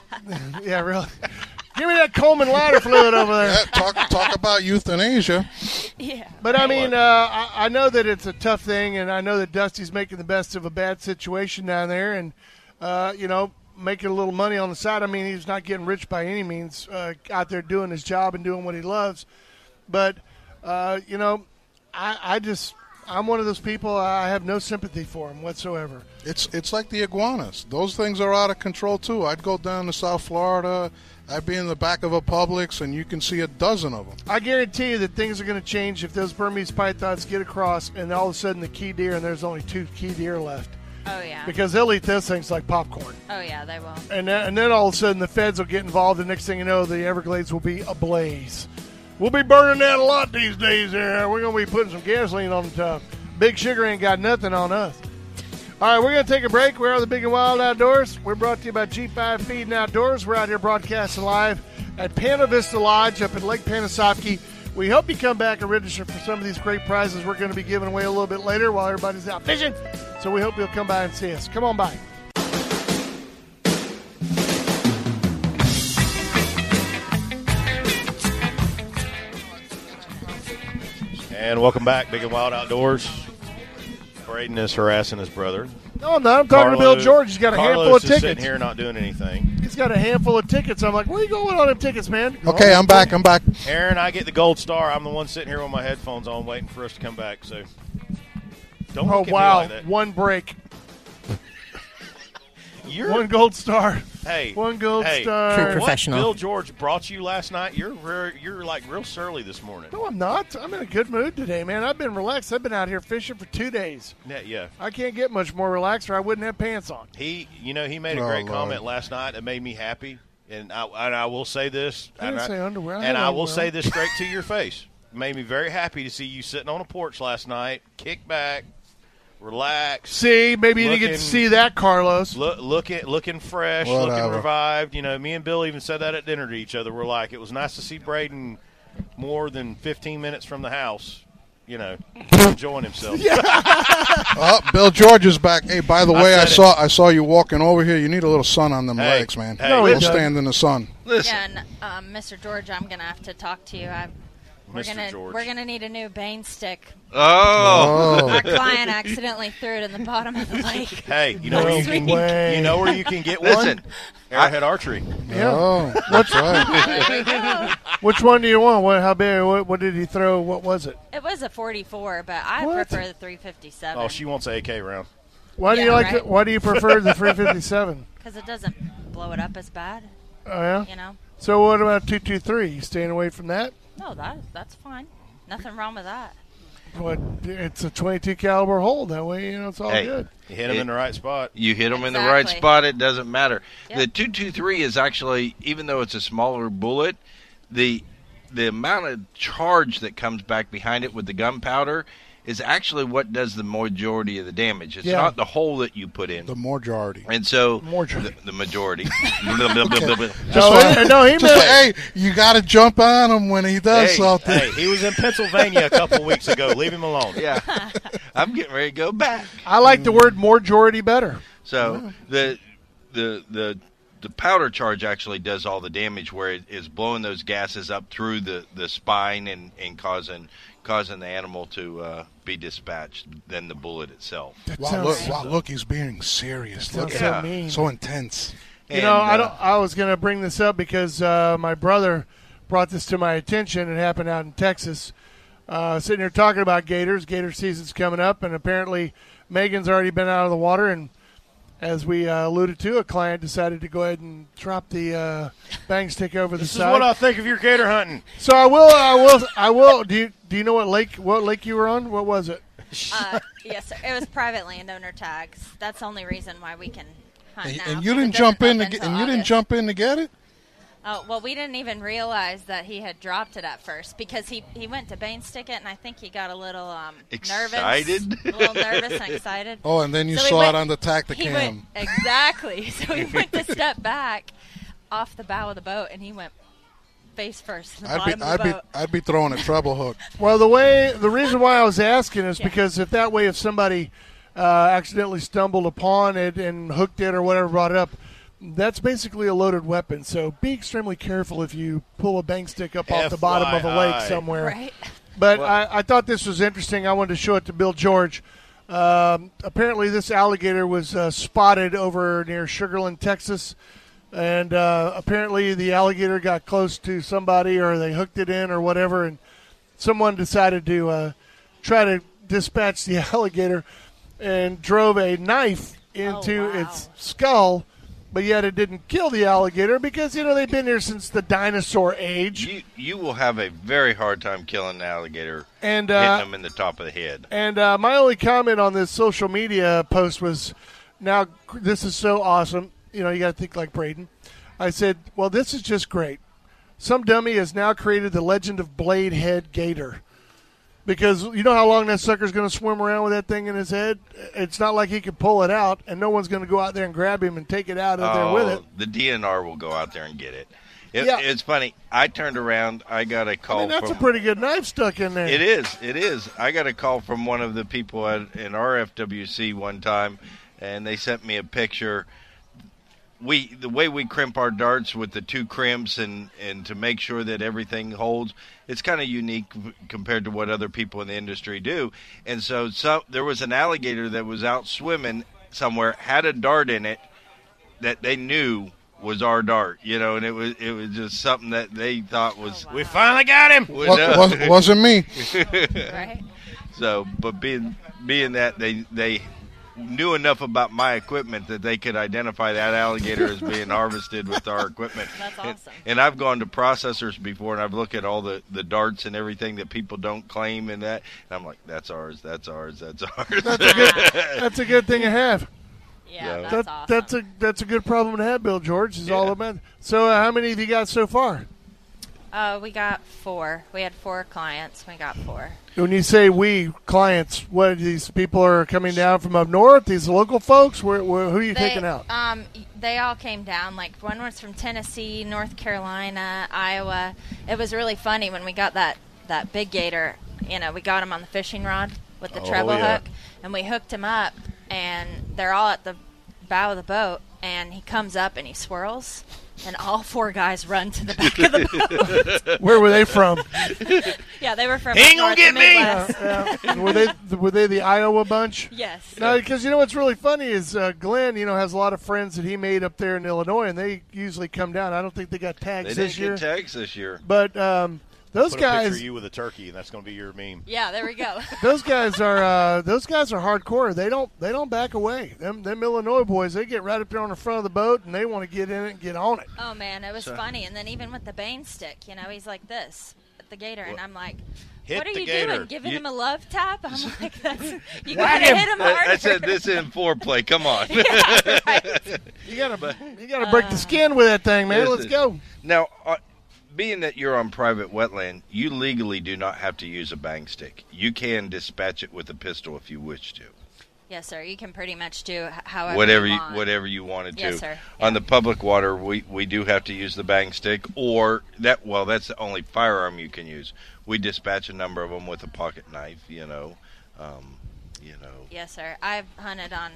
S3: Yeah, really. Give me that Coleman lighter fluid over there.
S4: Yeah, talk talk about euthanasia.
S5: Yeah.
S3: But I mean, uh, I, I know that it's a tough thing, and I know that Dusty's making the best of a bad situation down there, and uh, you know, making a little money on the side. I mean, he's not getting rich by any means uh, out there doing his job and doing what he loves. But uh, you know, I, I just I'm one of those people. I have no sympathy for him whatsoever.
S4: It's it's like the iguanas. Those things are out of control too. I'd go down to South Florida. I'd be in the back of a Publix, and you can see a dozen of them.
S3: I guarantee you that things are going to change if those Burmese pythons get across, and all of a sudden the key deer, and there's only two key deer left,
S5: Oh yeah.
S3: because they'll eat those things like popcorn.
S5: oh yeah. They will.
S3: and then, and then all of a sudden the feds will get involved. The next thing you know, the Everglades will be ablaze. We'll be burning that a lot these days. There, we're gonna be putting some gasoline on the top. Big Sugar ain't got nothing on us. All right, we're gonna take a break. We're on the Big and Wild Outdoors. We're brought to you by G5 Feed and Outdoors. We're out here broadcasting live at Pana Vista Lodge up in Lake Panasoffkee. We hope you come back and register for some of these great prizes we're going to be giving away a little bit later while everybody's out fishing. So we hope you'll come by and see us. Come on by.
S2: and welcome back, Big and Wild Outdoors. Braden is harassing his brother.
S3: No, I'm not. I'm talking to Bill
S2: Carlos-
S3: George. He's got a
S2: Carlos
S3: handful of
S2: is Sitting
S3: tickets.
S2: here not doing anything.
S3: He's got a handful of tickets. I'm like, where you going on them tickets, man?
S4: Okay, I'm back. I'm back.
S2: Aaron, I get the gold star. I'm the one sitting here with my headphones on, waiting for us to come back. So don't
S3: Oh
S2: look at
S3: wow,
S2: me like that.
S3: one break,
S2: You're
S3: one gold star.
S2: hey,
S3: one gold
S2: hey,
S3: star.
S6: True
S2: What
S6: professional.
S2: Bill George brought you last night. You're very, you're like real surly this morning.
S3: No, I'm not. I'm in a good mood today, man. I've been relaxed. I've been out here fishing for two days.
S2: Yeah, yeah.
S3: I can't get much more relaxed, or I wouldn't have pants on.
S2: He, you know, he made a
S4: Oh,
S2: great
S4: Lord.
S2: comment last night that made me happy, and I and I will say this,
S3: I didn't
S2: and
S3: say underwear. I had
S2: and I will
S3: underwear.
S2: say this straight to your face. Made me very happy to see you sitting on a porch last night, kick back, relax,
S3: See, maybe you didn't get to
S2: Looking-
S3: see that, Carlos.
S2: look, looking looking fresh, looking
S4: Whatever.
S2: revived. You know, me and Bill even said that at dinner to each other. We're like, it was nice to see Braden more than 15 minutes from the house. You know, enjoying himself. yeah.
S4: Oh, Bill George is back. Hey, by the way, I,
S2: said it.
S4: saw I saw you walking over here. You need a little sun on them
S2: Hey,
S4: legs, man.
S2: hey,
S4: Don't
S3: listen.
S4: stand in the sun.
S2: Listen,
S5: Yeah, and um, Mr. George, I'm gonna have to talk to you. I We're
S2: Mr.
S5: gonna
S2: George.
S5: we're gonna need a new Bane stick.
S6: Oh,
S5: Our
S4: Oh,
S5: client accidentally threw it in the bottom of the lake.
S2: Hey, you know
S3: No
S2: where you can
S3: way.
S2: you know where you can get one.
S6: Listen,
S2: Arrowhead Archery.
S4: oh, that's right.
S2: Oh.
S3: Which one do you want? What? How big? What, what did he throw? What was it?
S5: It was a 44, but I
S3: What?
S5: prefer the 357.
S2: Oh, she wants an AK round.
S3: Why do you
S5: Yeah,
S3: like?
S5: right.
S3: The, why do you prefer the 357?
S5: because it doesn't blow it up as bad,
S3: Oh yeah.
S5: you know.
S3: So what about 223? You staying away from that?
S5: No, that that's fine. Nothing wrong with that.
S3: What? It's a 22 caliber hole. That way, you know, it's all
S6: Hey.
S3: good.
S2: You hit him in the right spot.
S6: you hit them in the right
S5: Exactly.
S6: spot. It doesn't matter. The
S5: Yep.
S6: two two three is actually, even though it's a smaller bullet, the the amount of charge that comes back behind it with the gunpowder is actually what does the majority of the damage. It's
S3: Yeah.
S6: not the hole that you put in.
S4: The majority.
S6: and so
S3: Majority.
S6: the, the majority. Blah, blah, blah, blah, blah.
S3: No,
S4: like-
S3: no, he
S4: Just
S3: meant.
S4: like, hey, you got to jump on him when he does
S6: Hey,
S4: something.
S2: Hey, he was in Pennsylvania a couple weeks ago. Leave him alone.
S6: yeah, I'm getting ready to go back.
S3: I like the word majority better. Oh.
S6: So the the the the powder charge actually does all the damage where it is blowing those gases up through the, the spine and, and causing causing the animal to uh, be dispatched than the bullet itself.
S4: Wow,
S3: sounds-
S4: look, wow, look, he's being serious. Look
S3: Sounds
S4: at
S3: so
S6: Yeah.
S3: mean.
S4: him. So intense.
S3: You know,
S6: And,
S3: I
S6: uh,
S3: don't. I was going to bring this up because uh, my brother brought this to my attention. It happened out in Texas. Uh, sitting here talking about gators. Gator season's coming up, and apparently Megan's already been out of the water. And as we uh, alluded to, a client decided to go ahead and drop the uh, bang stick over the
S2: This is
S3: side.
S2: what I think of your gator hunting.
S3: so I will. I will. I will. Do you do you know what lake? What lake you were on? What was it?
S5: Uh, yes, sir. It was private landowner tags. That's the only reason why we can hunt
S4: And,
S5: now.
S4: and you
S5: 'cause it
S4: didn't
S5: doesn't
S4: jump in to
S5: open
S4: get,
S5: till
S4: and you didn't
S5: August.
S4: jump in to get it.
S5: Oh well, we didn't even realize that he had dropped it at first because he he went to Bane stick it, and I think he got a little um
S6: Excited?
S5: nervous, a little nervous and excited.
S4: Oh, and then you
S5: So we
S4: saw
S5: went-
S4: it on the tacticam.
S5: He went exactly. So he went to step back off the bow of the boat, and he went face first in the
S4: I'd
S5: bottom
S4: be,
S5: of
S4: I'd
S5: the
S4: be,
S5: boat.
S4: I'd be throwing a treble hook.
S3: Well, the way the reason why I was asking is
S5: Yeah.
S3: because if that way, if somebody uh, accidentally stumbled upon it and hooked it or whatever brought it up, that's basically a loaded weapon. So be extremely careful if you pull a bang stick up off the bottom of a lake
S2: FYI.
S3: somewhere.
S5: right.
S3: But I, I thought this was interesting. I wanted to show it to Bill George. Um, apparently, this alligator was uh, spotted over near Sugarland, Texas. And uh, apparently, the alligator got close to somebody or they hooked it in or whatever. And someone decided to uh, try to dispatch the alligator and drove a knife into
S5: wow.
S3: its skull. But yet, it didn't kill the alligator because, you know, they've been here since the dinosaur age.
S6: you you will have a very hard time killing an alligator
S3: and
S6: hitting
S3: uh,
S6: them in the top of the head.
S3: And uh, my only comment on this social media post was, "Now this is so awesome." You know, you got to think like Braden. I said, "Well, this is just great." Some dummy has now created the legend of Bladehead Gator, because you know how long that sucker's going to swim around with that thing in his head. It's not like he can pull it out, and no one's going to go out there and grab him and take it out of there with it.
S6: Oh, The DNR will go out there and get it. It-
S3: Yeah.
S6: It's funny. I turned around. I got a call
S3: I mean, that's a
S6: from
S3: pretty good knife stuck in there.
S6: Oh, It is. It is. I got a call from one of the people at in RFWC one time, and they sent me a picture. We the way we crimp our darts with the two crimps and and to make sure that everything holds. It's kind of unique v- compared to what other people in the industry do. And so, so there was an alligator that was out swimming somewhere, had a dart in it that they knew was our dart, you know, and it was it was just something that they thought was.
S2: We finally got him.
S6: was,
S4: Wa- was, wasn't me.
S5: Right.
S6: so, but being being that they they knew enough about my equipment that they could identify that alligator as being harvested with our equipment.
S5: That's
S6: And-
S5: awesome.
S6: And, I've gone to processors before and I've looked at all the the darts and everything that people don't claim and that and I'm like that's ours, that's ours, that's ours.
S3: That's a good thing to have.
S5: Uh, Yeah,
S6: Yeah.
S5: that's
S3: That-
S5: awesome.
S3: that's a that's a good problem to have, Bill George. Is all
S6: Yeah.
S3: about. So, uh, how many have you got so far?
S5: Uh, we got four. We had four clients. We got four.
S3: When you say we clients, what these people are coming down from up north? These local folks? Where, where, who are you taking out?
S5: Um, y- they all came down. Like one was from Tennessee, North Carolina, Iowa. It was really funny when we got that that big gator. You know, we got him on the fishing rod with the
S2: Oh,
S5: treble
S2: yeah.
S5: hook, and we hooked him up. And they're all at the bow of the boat, and he comes up and he swirls, and all four guys run to the back of the boat.
S3: Where were they from?
S5: yeah, they were from
S2: He
S5: up
S2: ain't gonna
S5: north,
S2: get
S5: the
S2: me!
S5: Midwest.
S3: Yeah. Uh, Were they were they the Iowa bunch?
S5: Yes.
S3: No, because you know what's really funny is uh, Glenn, you know, has a lot of friends that he made up there in Illinois, and they usually come down. I don't think they got tags
S6: They
S3: this
S6: didn't
S3: year,
S6: get tags this year.
S3: but um, those
S2: Put a picture
S3: guys,
S2: of you with a turkey, and that's going to be your meme.
S5: Yeah, there we go.
S3: those guys are uh, those guys are hardcore. They don't they don't back away. Them them Illinois boys, they get right up there on the front of the boat and they want to get in it and get on it.
S5: Oh man, it was funny. And then even with the Bane stick, you know, he's like this at the gator, and I'm like,
S2: Hit
S5: "What are
S2: the
S5: you
S2: gator.
S5: doing? Giving
S6: You-
S5: him a love tap?" I'm like, "That's you gotta hit him
S6: I,
S5: harder."
S6: I said this in foreplay. Come on.
S3: You gotta you gotta break the skin with that thing, man.
S6: Yes,
S3: Let's
S6: it-
S3: go.
S6: Now, uh, being that you're on private wetland, you legally do not have to use a bang stick. You can dispatch it with a pistol if you wish to.
S5: Yes, sir. You can pretty much do h- however
S6: whatever
S5: you
S6: you,
S5: want.
S6: whatever you wanted to.
S5: Yes, sir.
S6: On the public water, we, we do have to use the bang stick, or that well, that's the only firearm you can use. We dispatch a number of them with a pocket knife, you know, um, you know.
S5: Yes, sir. I've hunted on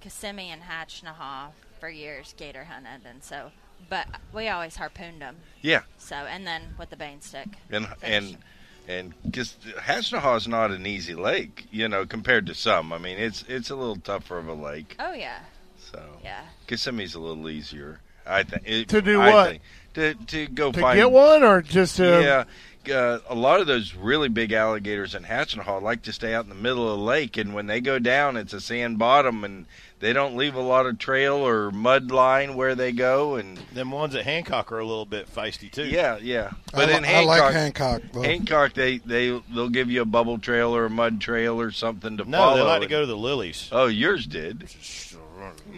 S5: Kissimmee and Hatchnaha for years, gator hunted, and so. But we always harpooned them.
S6: Yeah,
S5: So, and then with the Bane stick.
S6: and
S5: Finished
S6: and
S5: 'em.
S6: and because Hasnaha is not an easy lake, you know, compared to some. I mean, it's it's a little tougher of a lake.
S5: Oh yeah,
S6: So
S5: yeah.
S6: Kissimmee's a little easier, I think.
S3: To do
S6: I
S3: what?
S6: think. To to go
S3: To
S6: find
S3: get one or just to
S6: yeah, uh, a lot of those really big alligators in Hatchinhaw like to stay out in the middle of the lake, and when they go down, it's a sand bottom, and they don't leave a lot of trail or mud line where they go. And
S2: Them ones at Hancock are a little bit feisty too.
S6: yeah, yeah.
S4: I,
S6: But
S4: li-
S6: in
S4: I
S6: Hancock,
S4: like Hancock. though.
S6: Hancock, they they they'll give you a bubble trail or a mud trail or something to
S2: No,
S6: follow.
S2: they like to
S6: and-
S2: go to the lilies.
S6: Oh, yours did.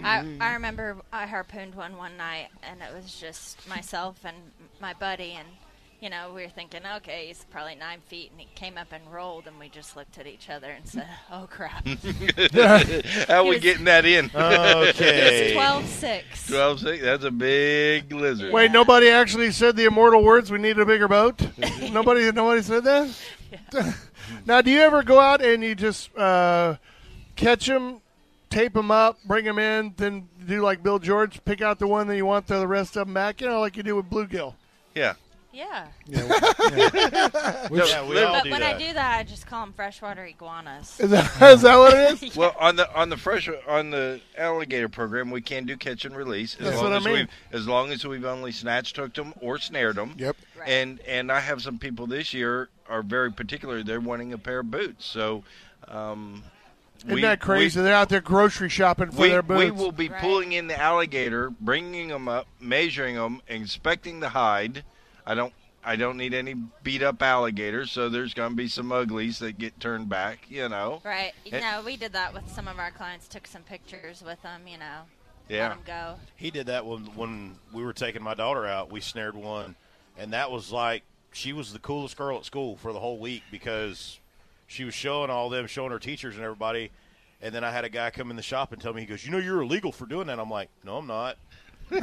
S5: I, I remember I harpooned one one night, and it was just myself and my buddy, and you know we were thinking, okay, he's probably nine feet, and he came up and rolled, and we just looked at each other and said, oh crap,
S6: How we
S5: was-
S6: getting that in?
S2: Okay.
S5: it's twelve six.
S6: Twelve six. That's a big lizard.
S3: Wait, nobody actually said the immortal words. We need a bigger boat. nobody, nobody said that. now, do you ever go out and you just uh, catch them, tape them up, bring them in, then do like Bill George, pick out the one that you want, throw the rest of them back. You know, like you do with bluegill.
S6: Yeah.
S5: Yeah,
S2: Yeah, we all
S5: but
S2: do
S5: when
S2: that.
S5: I do that, I just call them freshwater iguanas.
S3: Is that, is that what it is?
S6: Well, on the on the fresh on the alligator program, we can do catch and release as
S3: That's
S6: long
S3: what I
S6: as
S3: mean.
S6: we've as long as we've only snatched, hooked them, or snared them.
S4: Yep.
S5: Right.
S6: And and I have some people this year are very particular. They're wanting a pair of boots. So, um,
S3: Isn't
S6: we-
S3: that crazy?
S6: we-
S3: They're out there grocery shopping for
S6: we,
S3: their
S6: we
S3: boots.
S6: will be
S5: Right.
S6: pulling in the alligator, bringing them up, measuring them, inspecting the hide. I don't I don't need any beat up alligators. So there's going to be some uglies that get turned back. You know.
S5: Right.
S6: Eh.
S5: No, we did that with some of our clients. Took some pictures with them, you know.
S6: Yeah.
S5: Let them
S2: He did that when when we were taking my daughter out. We snared one, and that was like she was the coolest girl at school for the whole week because she was showing all them, showing her teachers and everybody. And then I had a guy come in the shop and tell me, he goes, "You know, you're illegal for doing that." I'm like, "No, I'm not. I'm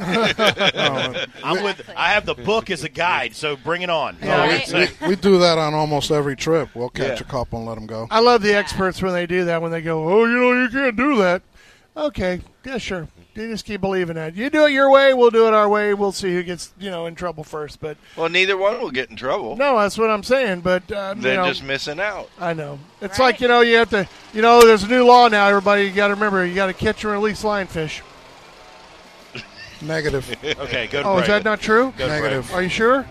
S2: with.
S5: Exactly.
S2: I have the book as a guide, so bring it on."
S3: Yeah.
S2: All
S5: Right.
S2: so-
S4: we do that on almost every trip. We'll catch
S6: Yeah.
S4: a couple and let them go.
S3: I love the experts when they do that. When they go, "Oh, you know, you can't do that." Okay, yeah, sure. You just keep believing that. You do it your way, we'll do it our way. We'll see who gets you know in trouble first. But
S6: Well, neither one will get in trouble.
S3: no, that's what I'm saying. But uh, you
S6: They're
S3: know,
S6: just missing out.
S3: I know it's
S5: Right.
S3: like you know you have to. You know, there's a new law now. Everybody, you got to remember, you got to catch and release lionfish.
S4: Negative.
S2: okay, go to
S3: Oh, is
S2: break.
S3: that not true?
S2: Go to break.
S4: Negative.
S3: Are you sure?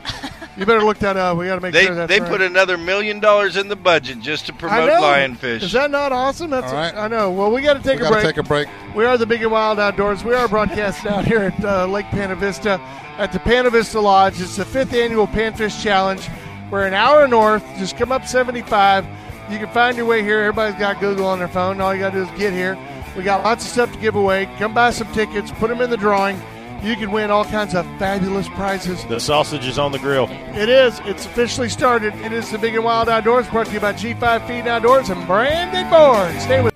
S3: You better look that up. We got to make
S6: They
S3: sure that's
S6: they
S3: right.
S6: put another million dollars in the budget just to
S3: I
S6: promote
S3: know.
S6: lionfish.
S3: Is that not awesome? That's
S4: All right.
S3: I know. Well, we got to
S4: we
S3: take a
S4: got to
S3: break.
S4: take a break.
S3: We are the Big and Wild Outdoors. We are broadcasting out here at uh, Lake Panavista at the Panavista Lodge. It's the fifth annual Panfish Challenge. We're an hour north. Just come up 75. You can find your way here. Everybody's got Google on their phone. All you got to do is get here. We got lots of stuff to give away. Come buy some tickets. Put them in the drawing. You can win all kinds of fabulous prizes.
S2: The sausage is on the grill.
S3: It is. It's officially started. It is the Big and Wild Outdoors brought to you by G5 Feed and Outdoors and Brandon Bourne. Stay with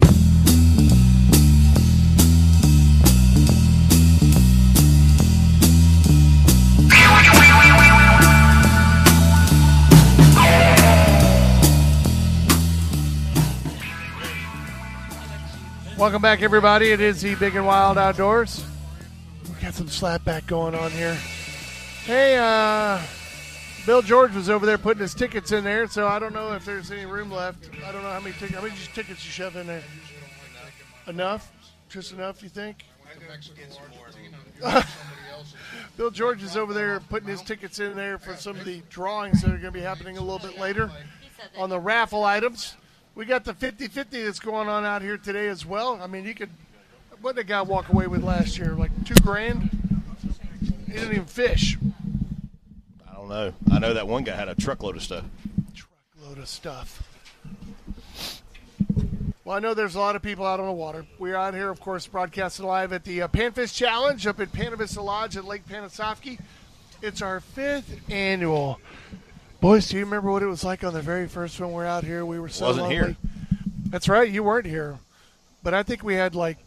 S3: Welcome back, everybody. It is the Big and Wild Outdoors. We got some slapback going on here. Hey, uh, Bill George was over there putting his tickets in there, so I don't know if there's any room left. I don't know how many tickets, how many tickets you shove in there. Enough, just enough, you think? Bill George is over there putting his tickets in there for some of the drawings that are going to be happening a little bit later on the raffle items. We got the 50 50 that's going on out here today as well. I mean, you could, what did a guy walk away with last year? Like two grand? He didn't even fish.
S2: I don't know. I know that one guy had a truckload of stuff.
S3: Truckload of stuff. Well, I know there's a lot of people out on the water. We're out here, of course, broadcasting live at the uh, Panfish Challenge up at Panavista Lodge at Lake Panasoffkee. It's our fifth annual. Boys, do you remember what it was like on the very first one? We're out here. We were so
S2: Wasn't
S3: lonely.
S2: here.
S3: That's right. You weren't here, but I think we had like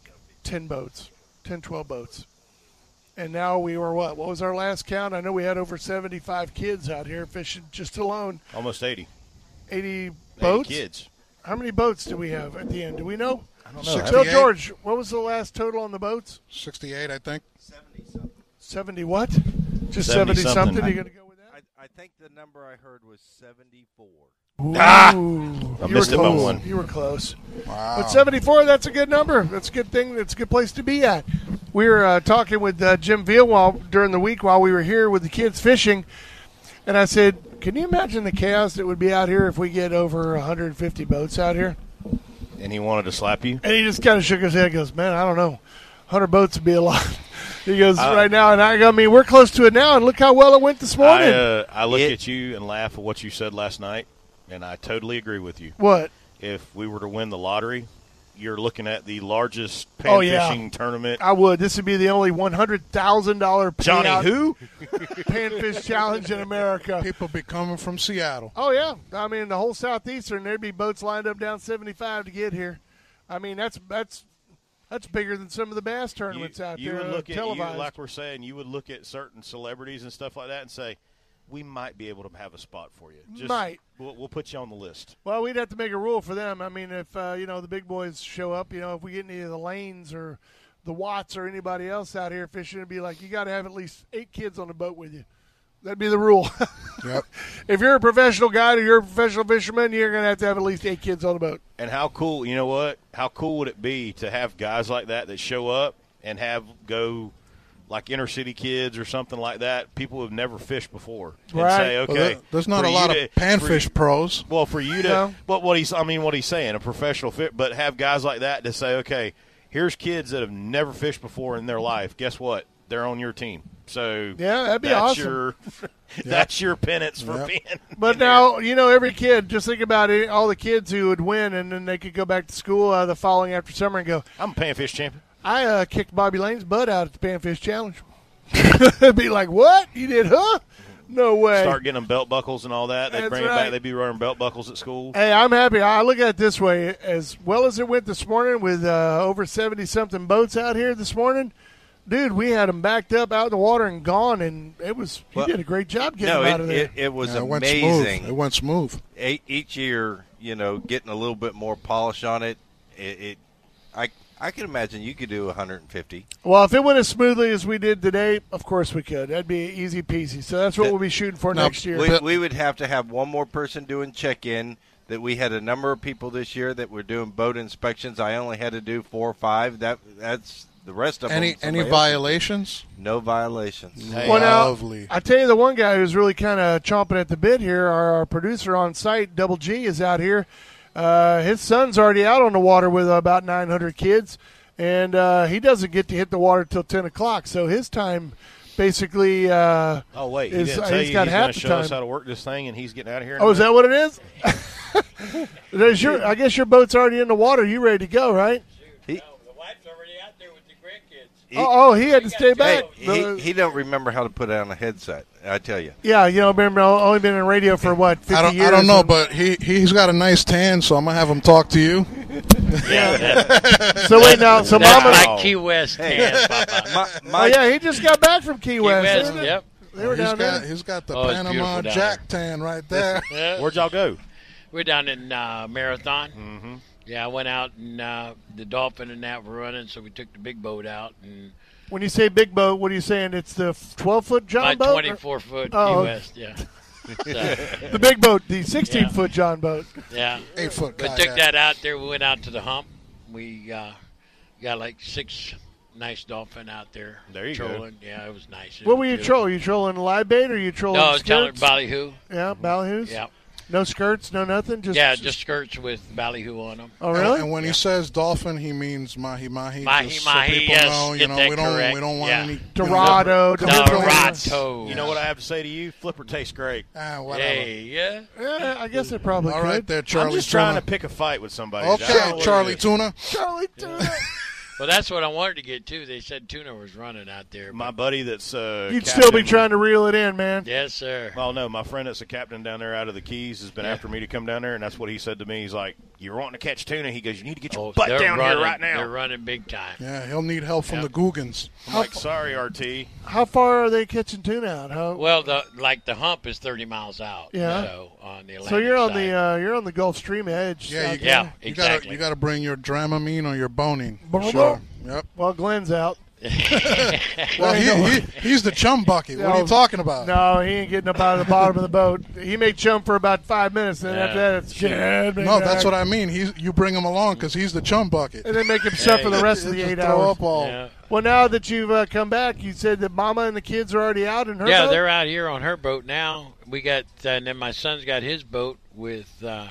S3: ten boats, 10, 12 boats, and now we were what? What was our last count? I know we had over seventy-five kids out here fishing just alone.
S2: Almost 80.
S3: Eighty
S2: 80
S3: boats.
S2: kids.
S3: How many boats do we have at the end? Do we know? I don't
S4: know.
S3: Bill
S4: 68.
S3: George, what was the last total on the boats?
S4: 68, I think.
S3: 70 what? Just 70
S2: 70
S3: something.
S2: something.
S3: You're going to go with that?
S7: I, I think the number I heard was 74.
S2: Ah!
S3: Ooh,
S2: I
S3: you
S2: missed it
S3: were
S2: by
S3: close.
S2: one.
S3: You were close.
S4: Wow.
S3: But 74, that's a good number. That's a good thing. That's a good place to be at. We were uh, talking with uh, Jim Veal while, during the week while we were here with the kids fishing. And I said, Can you imagine the chaos that would be out here if we get over 150 boats out here?
S2: And he wanted to slap you.
S3: And he just kind of shook his head and goes, Man, I don't know. 100 boats would be a lot. He goes, Right now, and I go, I mean, we're close to it now, and look how well it went this
S2: Uh, I,
S3: morning.
S2: uh, I look
S7: It-
S2: at you and laugh at what you said last night, and I totally agree with you.
S3: what?
S2: If we were to win the lottery, you're looking at the largest pan
S3: Oh, yeah.
S2: fishing tournament.
S3: I would. This would be the only $100,000 payout
S2: Johnny, who?
S3: panfish challenge in America.
S4: People be coming from Seattle.
S3: Oh yeah, I mean the whole southeastern. There'd be boats lined up down seventy five to get here. I mean that's that's that's bigger than some of the bass tournaments out
S2: you
S3: there.
S2: would
S3: uh,
S2: look at you,
S3: televised.
S2: like we're saying, you would look at certain celebrities and stuff like that and say, "We might be able to have a spot for you. Just,
S3: Might.
S2: We'll, we'll put you on the list."
S3: well, we'd have to make a rule for them. I mean, if uh, you know the big boys show up, you know if we get any of the lanes or the Watts or anybody else out here fishing, it'd be like you got to have at least eight kids on the boat with you. That'd be the rule.
S4: Yep.
S3: if you're a professional guide or you're a professional fisherman, you're gonna have to have at least eight kids on the boat.
S2: And how cool, you know what? How cool would it be to have guys like that that show up and have go like inner city kids or something like that, people who've never fished before, and
S3: Right.
S2: say,
S3: Well,
S2: okay,
S4: Well, there- there's not
S2: for
S4: a lot
S2: you
S4: of
S2: to-
S4: panfish
S2: For,
S4: pros.
S2: well, for you to,
S3: No.
S2: but what he's, I mean, what he's saying, a professional fit, but have guys like that to say, okay, here's kids that have never fished before in their life. Guess what? They're on your team. So
S3: Yeah, that'd be
S2: that's
S3: awesome.
S2: Your, That's your penance for
S4: Yep.
S2: being.
S3: But now, you know, every kid, just think about it, all the kids who would win, and then they could go back to school uh, the following after summer and go,
S2: I'm a panfish champion.
S3: I uh, kicked Bobby Lane's butt out at the Panfish Challenge. They'd be like, what? You did, huh? No way.
S2: Start getting them belt buckles and all that. They
S3: That's
S2: bring them
S3: right.
S2: back. They be wearing belt buckles at school.
S3: Hey, I'm happy. I look at it this way. As well as it went this morning with uh, over 70 something boats out here this morning, dude, we had them backed up out in the water and gone, and it was, you
S7: Well,
S3: did a great job getting
S7: no,
S3: them out
S7: it,
S3: of there.
S7: it, it was
S4: Yeah, it went
S7: amazing.
S4: smooth. It went smooth.
S7: E- each year, you know, getting a little bit more polish on it. It, it I, I can imagine you could do 150.
S3: Well, if it went as smoothly as we did today, of course we could. That'd be easy peasy. So that's what we'll be shooting for
S4: Now,
S3: next year.
S7: We, we would have to have one more person doing check in. That we had a number of people this year that were doing boat inspections. I only had to do four or five. That that's the rest of
S4: Any
S7: them.
S4: any
S7: somebody else.
S4: violations?
S7: No violations.
S2: Hey,
S3: Well, now,
S4: Lovely.
S3: I tell you, the one guy who's really kind of chomping at the bit here, our, our producer on site, Double G, is out here. Uh, his son's already out on the water with about 900 kids, and uh, he doesn't get to hit the water till 10 o'clock. So his time basically. Uh,
S2: Oh wait, he
S3: is-
S2: didn't
S3: uh,
S2: tell you
S3: he's
S2: he's
S3: got half
S2: going
S3: the
S2: to show us
S3: time.
S2: how to work this thing, and he's getting out of here.
S3: oh, is that what it is? There's your, I guess your boat's already in the water. You ready to go, right?
S8: Oh, The wife's already out there with the grandkids.
S7: He-
S3: Oh, oh, he had to stay back.
S7: Hey,
S3: The-
S7: he, he
S4: uh,
S7: don't remember how to put on a headset. I tell you.
S3: Yeah, you know, remember, I've only been in radio for what, 50
S4: I don't,
S3: years?
S4: I don't know,
S3: and-
S4: but he, he's got a nice tan, so I'm going to have him talk to you.
S3: So wait now, so
S2: Nah.
S3: Mama.
S2: Wow.
S8: Like Key West
S7: Hey.
S8: can, Papa.
S7: My,
S3: Oh,
S7: my,
S3: yeah, he just got back from Key
S8: Key
S3: West.
S8: West,
S3: They were-
S8: yep.
S3: They were
S4: He's
S3: down
S4: got,
S3: there.
S4: he's got the
S8: Oh, it's
S4: Panama
S8: beautiful down
S4: Jack tan right there.
S8: Yeah.
S2: Where'd y'all go?
S8: We're down in uh, Marathon. Mm-hmm. Yeah, I went out and uh, the dolphin and that were running, so we took the big boat out and
S3: When you say big boat, what are you saying? It's the 12 foot
S8: my
S3: John boat? or-
S8: 24 foot
S3: Oh.
S8: U.S. Yeah, So,
S3: The big boat, the 16
S8: Yeah.
S3: foot John boat.
S8: yeah.
S4: Eight foot
S8: But
S4: guy.
S8: took that out there. We went out to the hump. We uh, got like six nice dolphin out there.
S2: There you go.
S8: trolling. Yeah, it was nice. It
S3: What
S8: was
S3: were you
S8: beautiful.
S3: trolling? You trolling live bait or you trolling
S8: No, tell
S3: skirts?
S8: ballyhoo.
S3: yeah, ballyhoos.
S8: Yeah,
S3: No skirts, no nothing. Just
S8: yeah, just skirts with ballyhoo on them.
S3: Oh
S4: And-
S3: really?
S4: And when he says dolphin, he means mahi mahi.
S8: Mahi
S4: just
S8: mahi,
S4: So people
S8: yes,
S4: know, you
S8: get
S4: know,
S8: that
S4: we don't,
S8: correct,
S4: we don't want
S8: yeah.
S4: any
S3: Dorado,
S8: Dorado.
S2: You know what I have to say to you? Flipper tastes great.
S4: Ah, whatever.
S8: Hey, yeah.
S3: Yeah, I guess it probably
S4: All
S3: could.
S4: right, there, Charlie.
S2: I'm just trying to pick a fight with somebody. I don't know
S4: Okay,
S2: what
S4: Charlie
S2: it is.
S4: Tuna.
S3: Charlie, do it.
S8: Well, that's what I wanted to get too. They said tuna was running out there.
S2: My buddy that's uh,
S3: You'd still be
S2: captain-
S3: trying to reel it in, man.
S8: yes, sir.
S2: Well, no, my friend that's a captain down there out of the Keys has been
S8: Yeah.
S2: after me to come down there, and that's what he said to me. He's like, "You're wanting to catch tuna." He goes, "You need to get your
S8: Oh,
S2: butt
S8: they're
S2: down
S8: running,
S2: here right
S8: They're
S2: now."
S8: running big time.
S4: Yeah, he'll need help from the Googans.
S2: I'm like, "Sorry, RT."
S3: How far are they catching tuna out? How?
S8: Well, the like the hump is thirty miles out.
S3: Yeah.
S8: So on the Atlantic
S3: so you're on
S8: side.
S3: the uh, you're on the Gulf Stream edge. uh,
S4: Yeah, you,
S3: South-
S8: Yeah,
S4: you
S8: exactly.
S4: gotta you gotta bring your Dramamine or your boning.
S3: Bono?
S4: Sure. Yep.
S3: Well, Glenn's out.
S2: uh,
S4: Well, he, he, he's the chum bucket. What are
S3: No.
S4: you talking about?
S3: No, he ain't getting up out of the bottom of the boat. He may chum for about five minutes, then
S8: Yeah.
S3: after that, it's yeah,
S4: No, that's
S3: uh,
S4: what I mean. He's you bring him along because he's the chum bucket.
S3: And then make him suffer the rest of the
S4: Just
S3: eight
S4: throw
S3: hours.
S4: up
S2: oh,
S4: all.
S8: yeah.
S3: Well, now that you've uh, come back, you said that Mama and the kids are already out in her.
S8: yeah,
S3: boat?
S8: they're out here on her boat now. We got, uh, and then my son's got his boat with uh,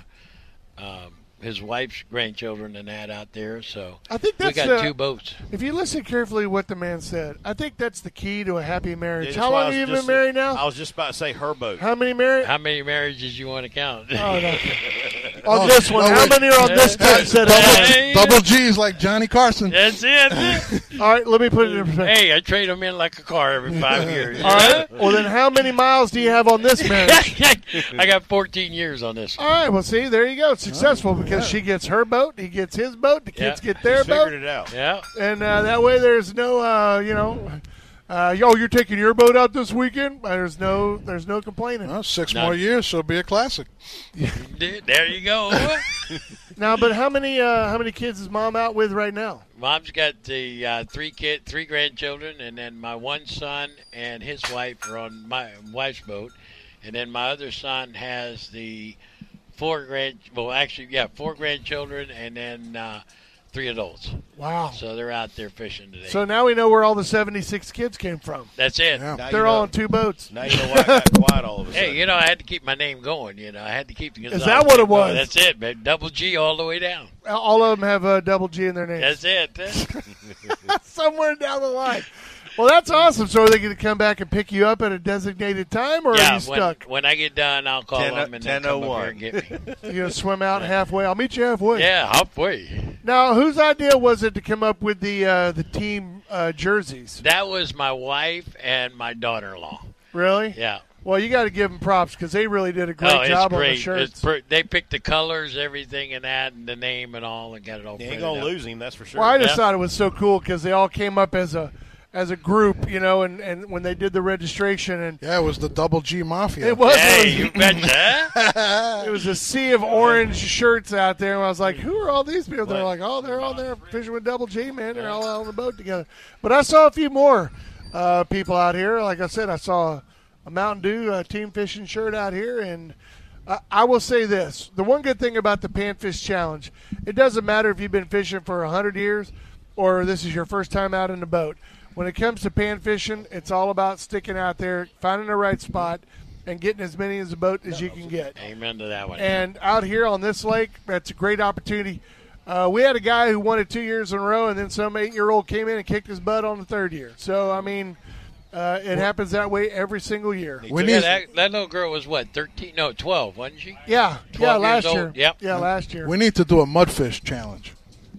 S8: um, his wife's grandchildren and that out there. So
S3: I think
S8: we
S3: that's
S8: got
S2: uh,
S3: the-
S8: two boats.
S3: If you listen carefully, what the man said, I think that's the key to a happy marriage.
S2: That's
S3: How
S2: why I
S3: long have
S2: was
S3: you
S2: just-
S3: been married
S2: I
S3: now?
S2: was just about to say her boat.
S3: How many married?
S8: How many marriages you want to count?
S3: Oh, no. on this one,
S4: Oh, no,
S3: how
S4: wait.
S3: many are on this
S4: Hey,
S3: set? set up?
S8: Hey,
S4: Double G's like Johnny Carson.
S8: That's it. That's it.
S3: All right, let me put it in perspective.
S8: hey, I trade them in like a car every five years.
S3: All right. Well, then, how many miles do you have on this marriage?
S8: I got 14 years on this.
S3: All right. Well, see, there you go. Successful because she gets her boat, he gets his boat, the kids
S8: Yeah.
S3: get
S2: He's
S3: their
S2: figured
S3: boat,
S2: it out.
S8: Yeah.
S3: and uh, that way there's no, uh, you know, uh, yo, you're taking your boat out this weekend. There's no, there's no complaining.
S4: Well, six
S8: None.
S4: more years, she'll be a classic.
S8: There you go.
S3: Now, but how many, uh, how many kids is mom out with right now?
S8: Mom's got the uh, three kid, three grandchildren, and then my one son and his wife are on my wife's boat, and then my other son has the four grand. Well, actually, yeah, four grandchildren, and then uh, three adults.
S3: Wow.
S8: So they're out there fishing today.
S3: Oh. So now we know where all the 76 kids came from.
S8: That's it.
S4: Yeah.
S2: Now you
S3: They're
S2: know-
S3: all on two boats.
S2: Now you know why I got quiet all of a sudden.
S8: Hey, you know, I had to keep my name going. You know, I had to keep the.
S3: Is that what it was?
S8: That's it, man. Double G all the way down.
S3: All of them have a double G in their name.
S8: That's it.
S3: Somewhere down the line. Well, that's awesome. So are they going to come back and pick you up at a designated time, or are
S8: yeah.
S3: you
S8: When,
S3: stuck?
S8: when I get done, I'll call
S7: 10
S8: them and then come up here and get
S2: oh
S8: me.
S3: You're going to swim out halfway. I'll meet you halfway.
S8: yeah, halfway.
S3: Now, whose idea was it to come up with the uh, the team uh, jerseys?
S8: That was my wife and my daughter-in-law.
S3: Really?
S8: Yeah.
S3: Well, you got to give them props because they really did a great
S8: oh, it's
S3: job
S8: great.
S3: on the shirts.
S8: It's pr- they picked the colors, everything, and that, and the name and all, and got it all.
S2: you
S8: printed
S2: ain't gonna
S8: up.
S2: lose him, that's for sure.
S3: Well, I just
S8: Yeah.
S3: thought it was so cool because they all came up as a as a group, you know, and, and when they did the registration and
S4: Yeah, it was the Double G Mafia.
S3: it was
S8: Hey,
S3: it
S8: you betcha!
S3: was, it was a sea of orange shirts out there, and I was like, "Who are all these people?" They're like, "Oh, they're all there fishing with Double G, man. They're all out on the boat together." But I saw a few more uh, people out here. Like I said, I saw a Mountain Dew uh, team fishing shirt out here, and I, I will say this: the one good thing about the Panfish Challenge, it doesn't matter if you've been fishing for hundred years or this is your first time out in the boat. When it comes to pan fishing, it's all about sticking out there, finding the right spot, and getting as many as a boat as you can get.
S8: Amen to that one.
S3: And out here on this lake, that's a great opportunity. Uh, we had a guy who won it two years in a row, and then some eight-year-old came in and kicked his butt on the third year. So I mean, uh, it happens that way every single year.
S4: we
S8: yeah,
S4: need
S8: that, that little girl was what thirteen? No, twelve, wasn't she?
S3: Yeah, yeah,
S8: 12
S3: last
S8: years old.
S3: year.
S8: Yep.
S3: Yeah, last year.
S4: we need to do a mudfish challenge.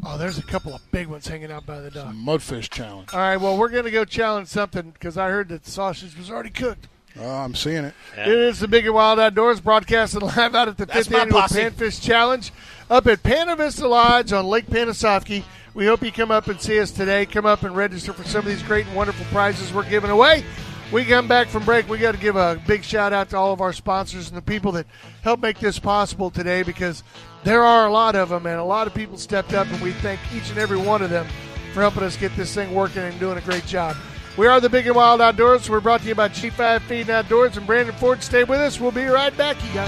S3: Oh, there's a couple of big ones hanging out by the dock.
S4: Mudfish challenge.
S3: All right, well, we're gonna go challenge something because I heard that the sausage was already cooked.
S4: Oh, I'm seeing it.
S8: Yeah.
S3: It is the Big and Wild Outdoors broadcasting live out at the
S2: That's
S3: 5th
S2: my
S3: Annual
S2: posse.
S3: Panfish Challenge up at Panavista Lodge on Lake Panasoffkee. We hope you come up and see us today. Come up and register for some of these great and wonderful prizes we're giving away. We come back from break. We got to give a big shout out to all of our sponsors and the people that help make this possible today because there are a lot of them and a lot of people stepped up and we thank each and every one of them for helping us get this thing working and doing a great job. We are the Big and Wild Outdoors. We're brought to you by G5 Feed and Outdoors and Brandon Ford. Stay with us. We'll be right back, you guys.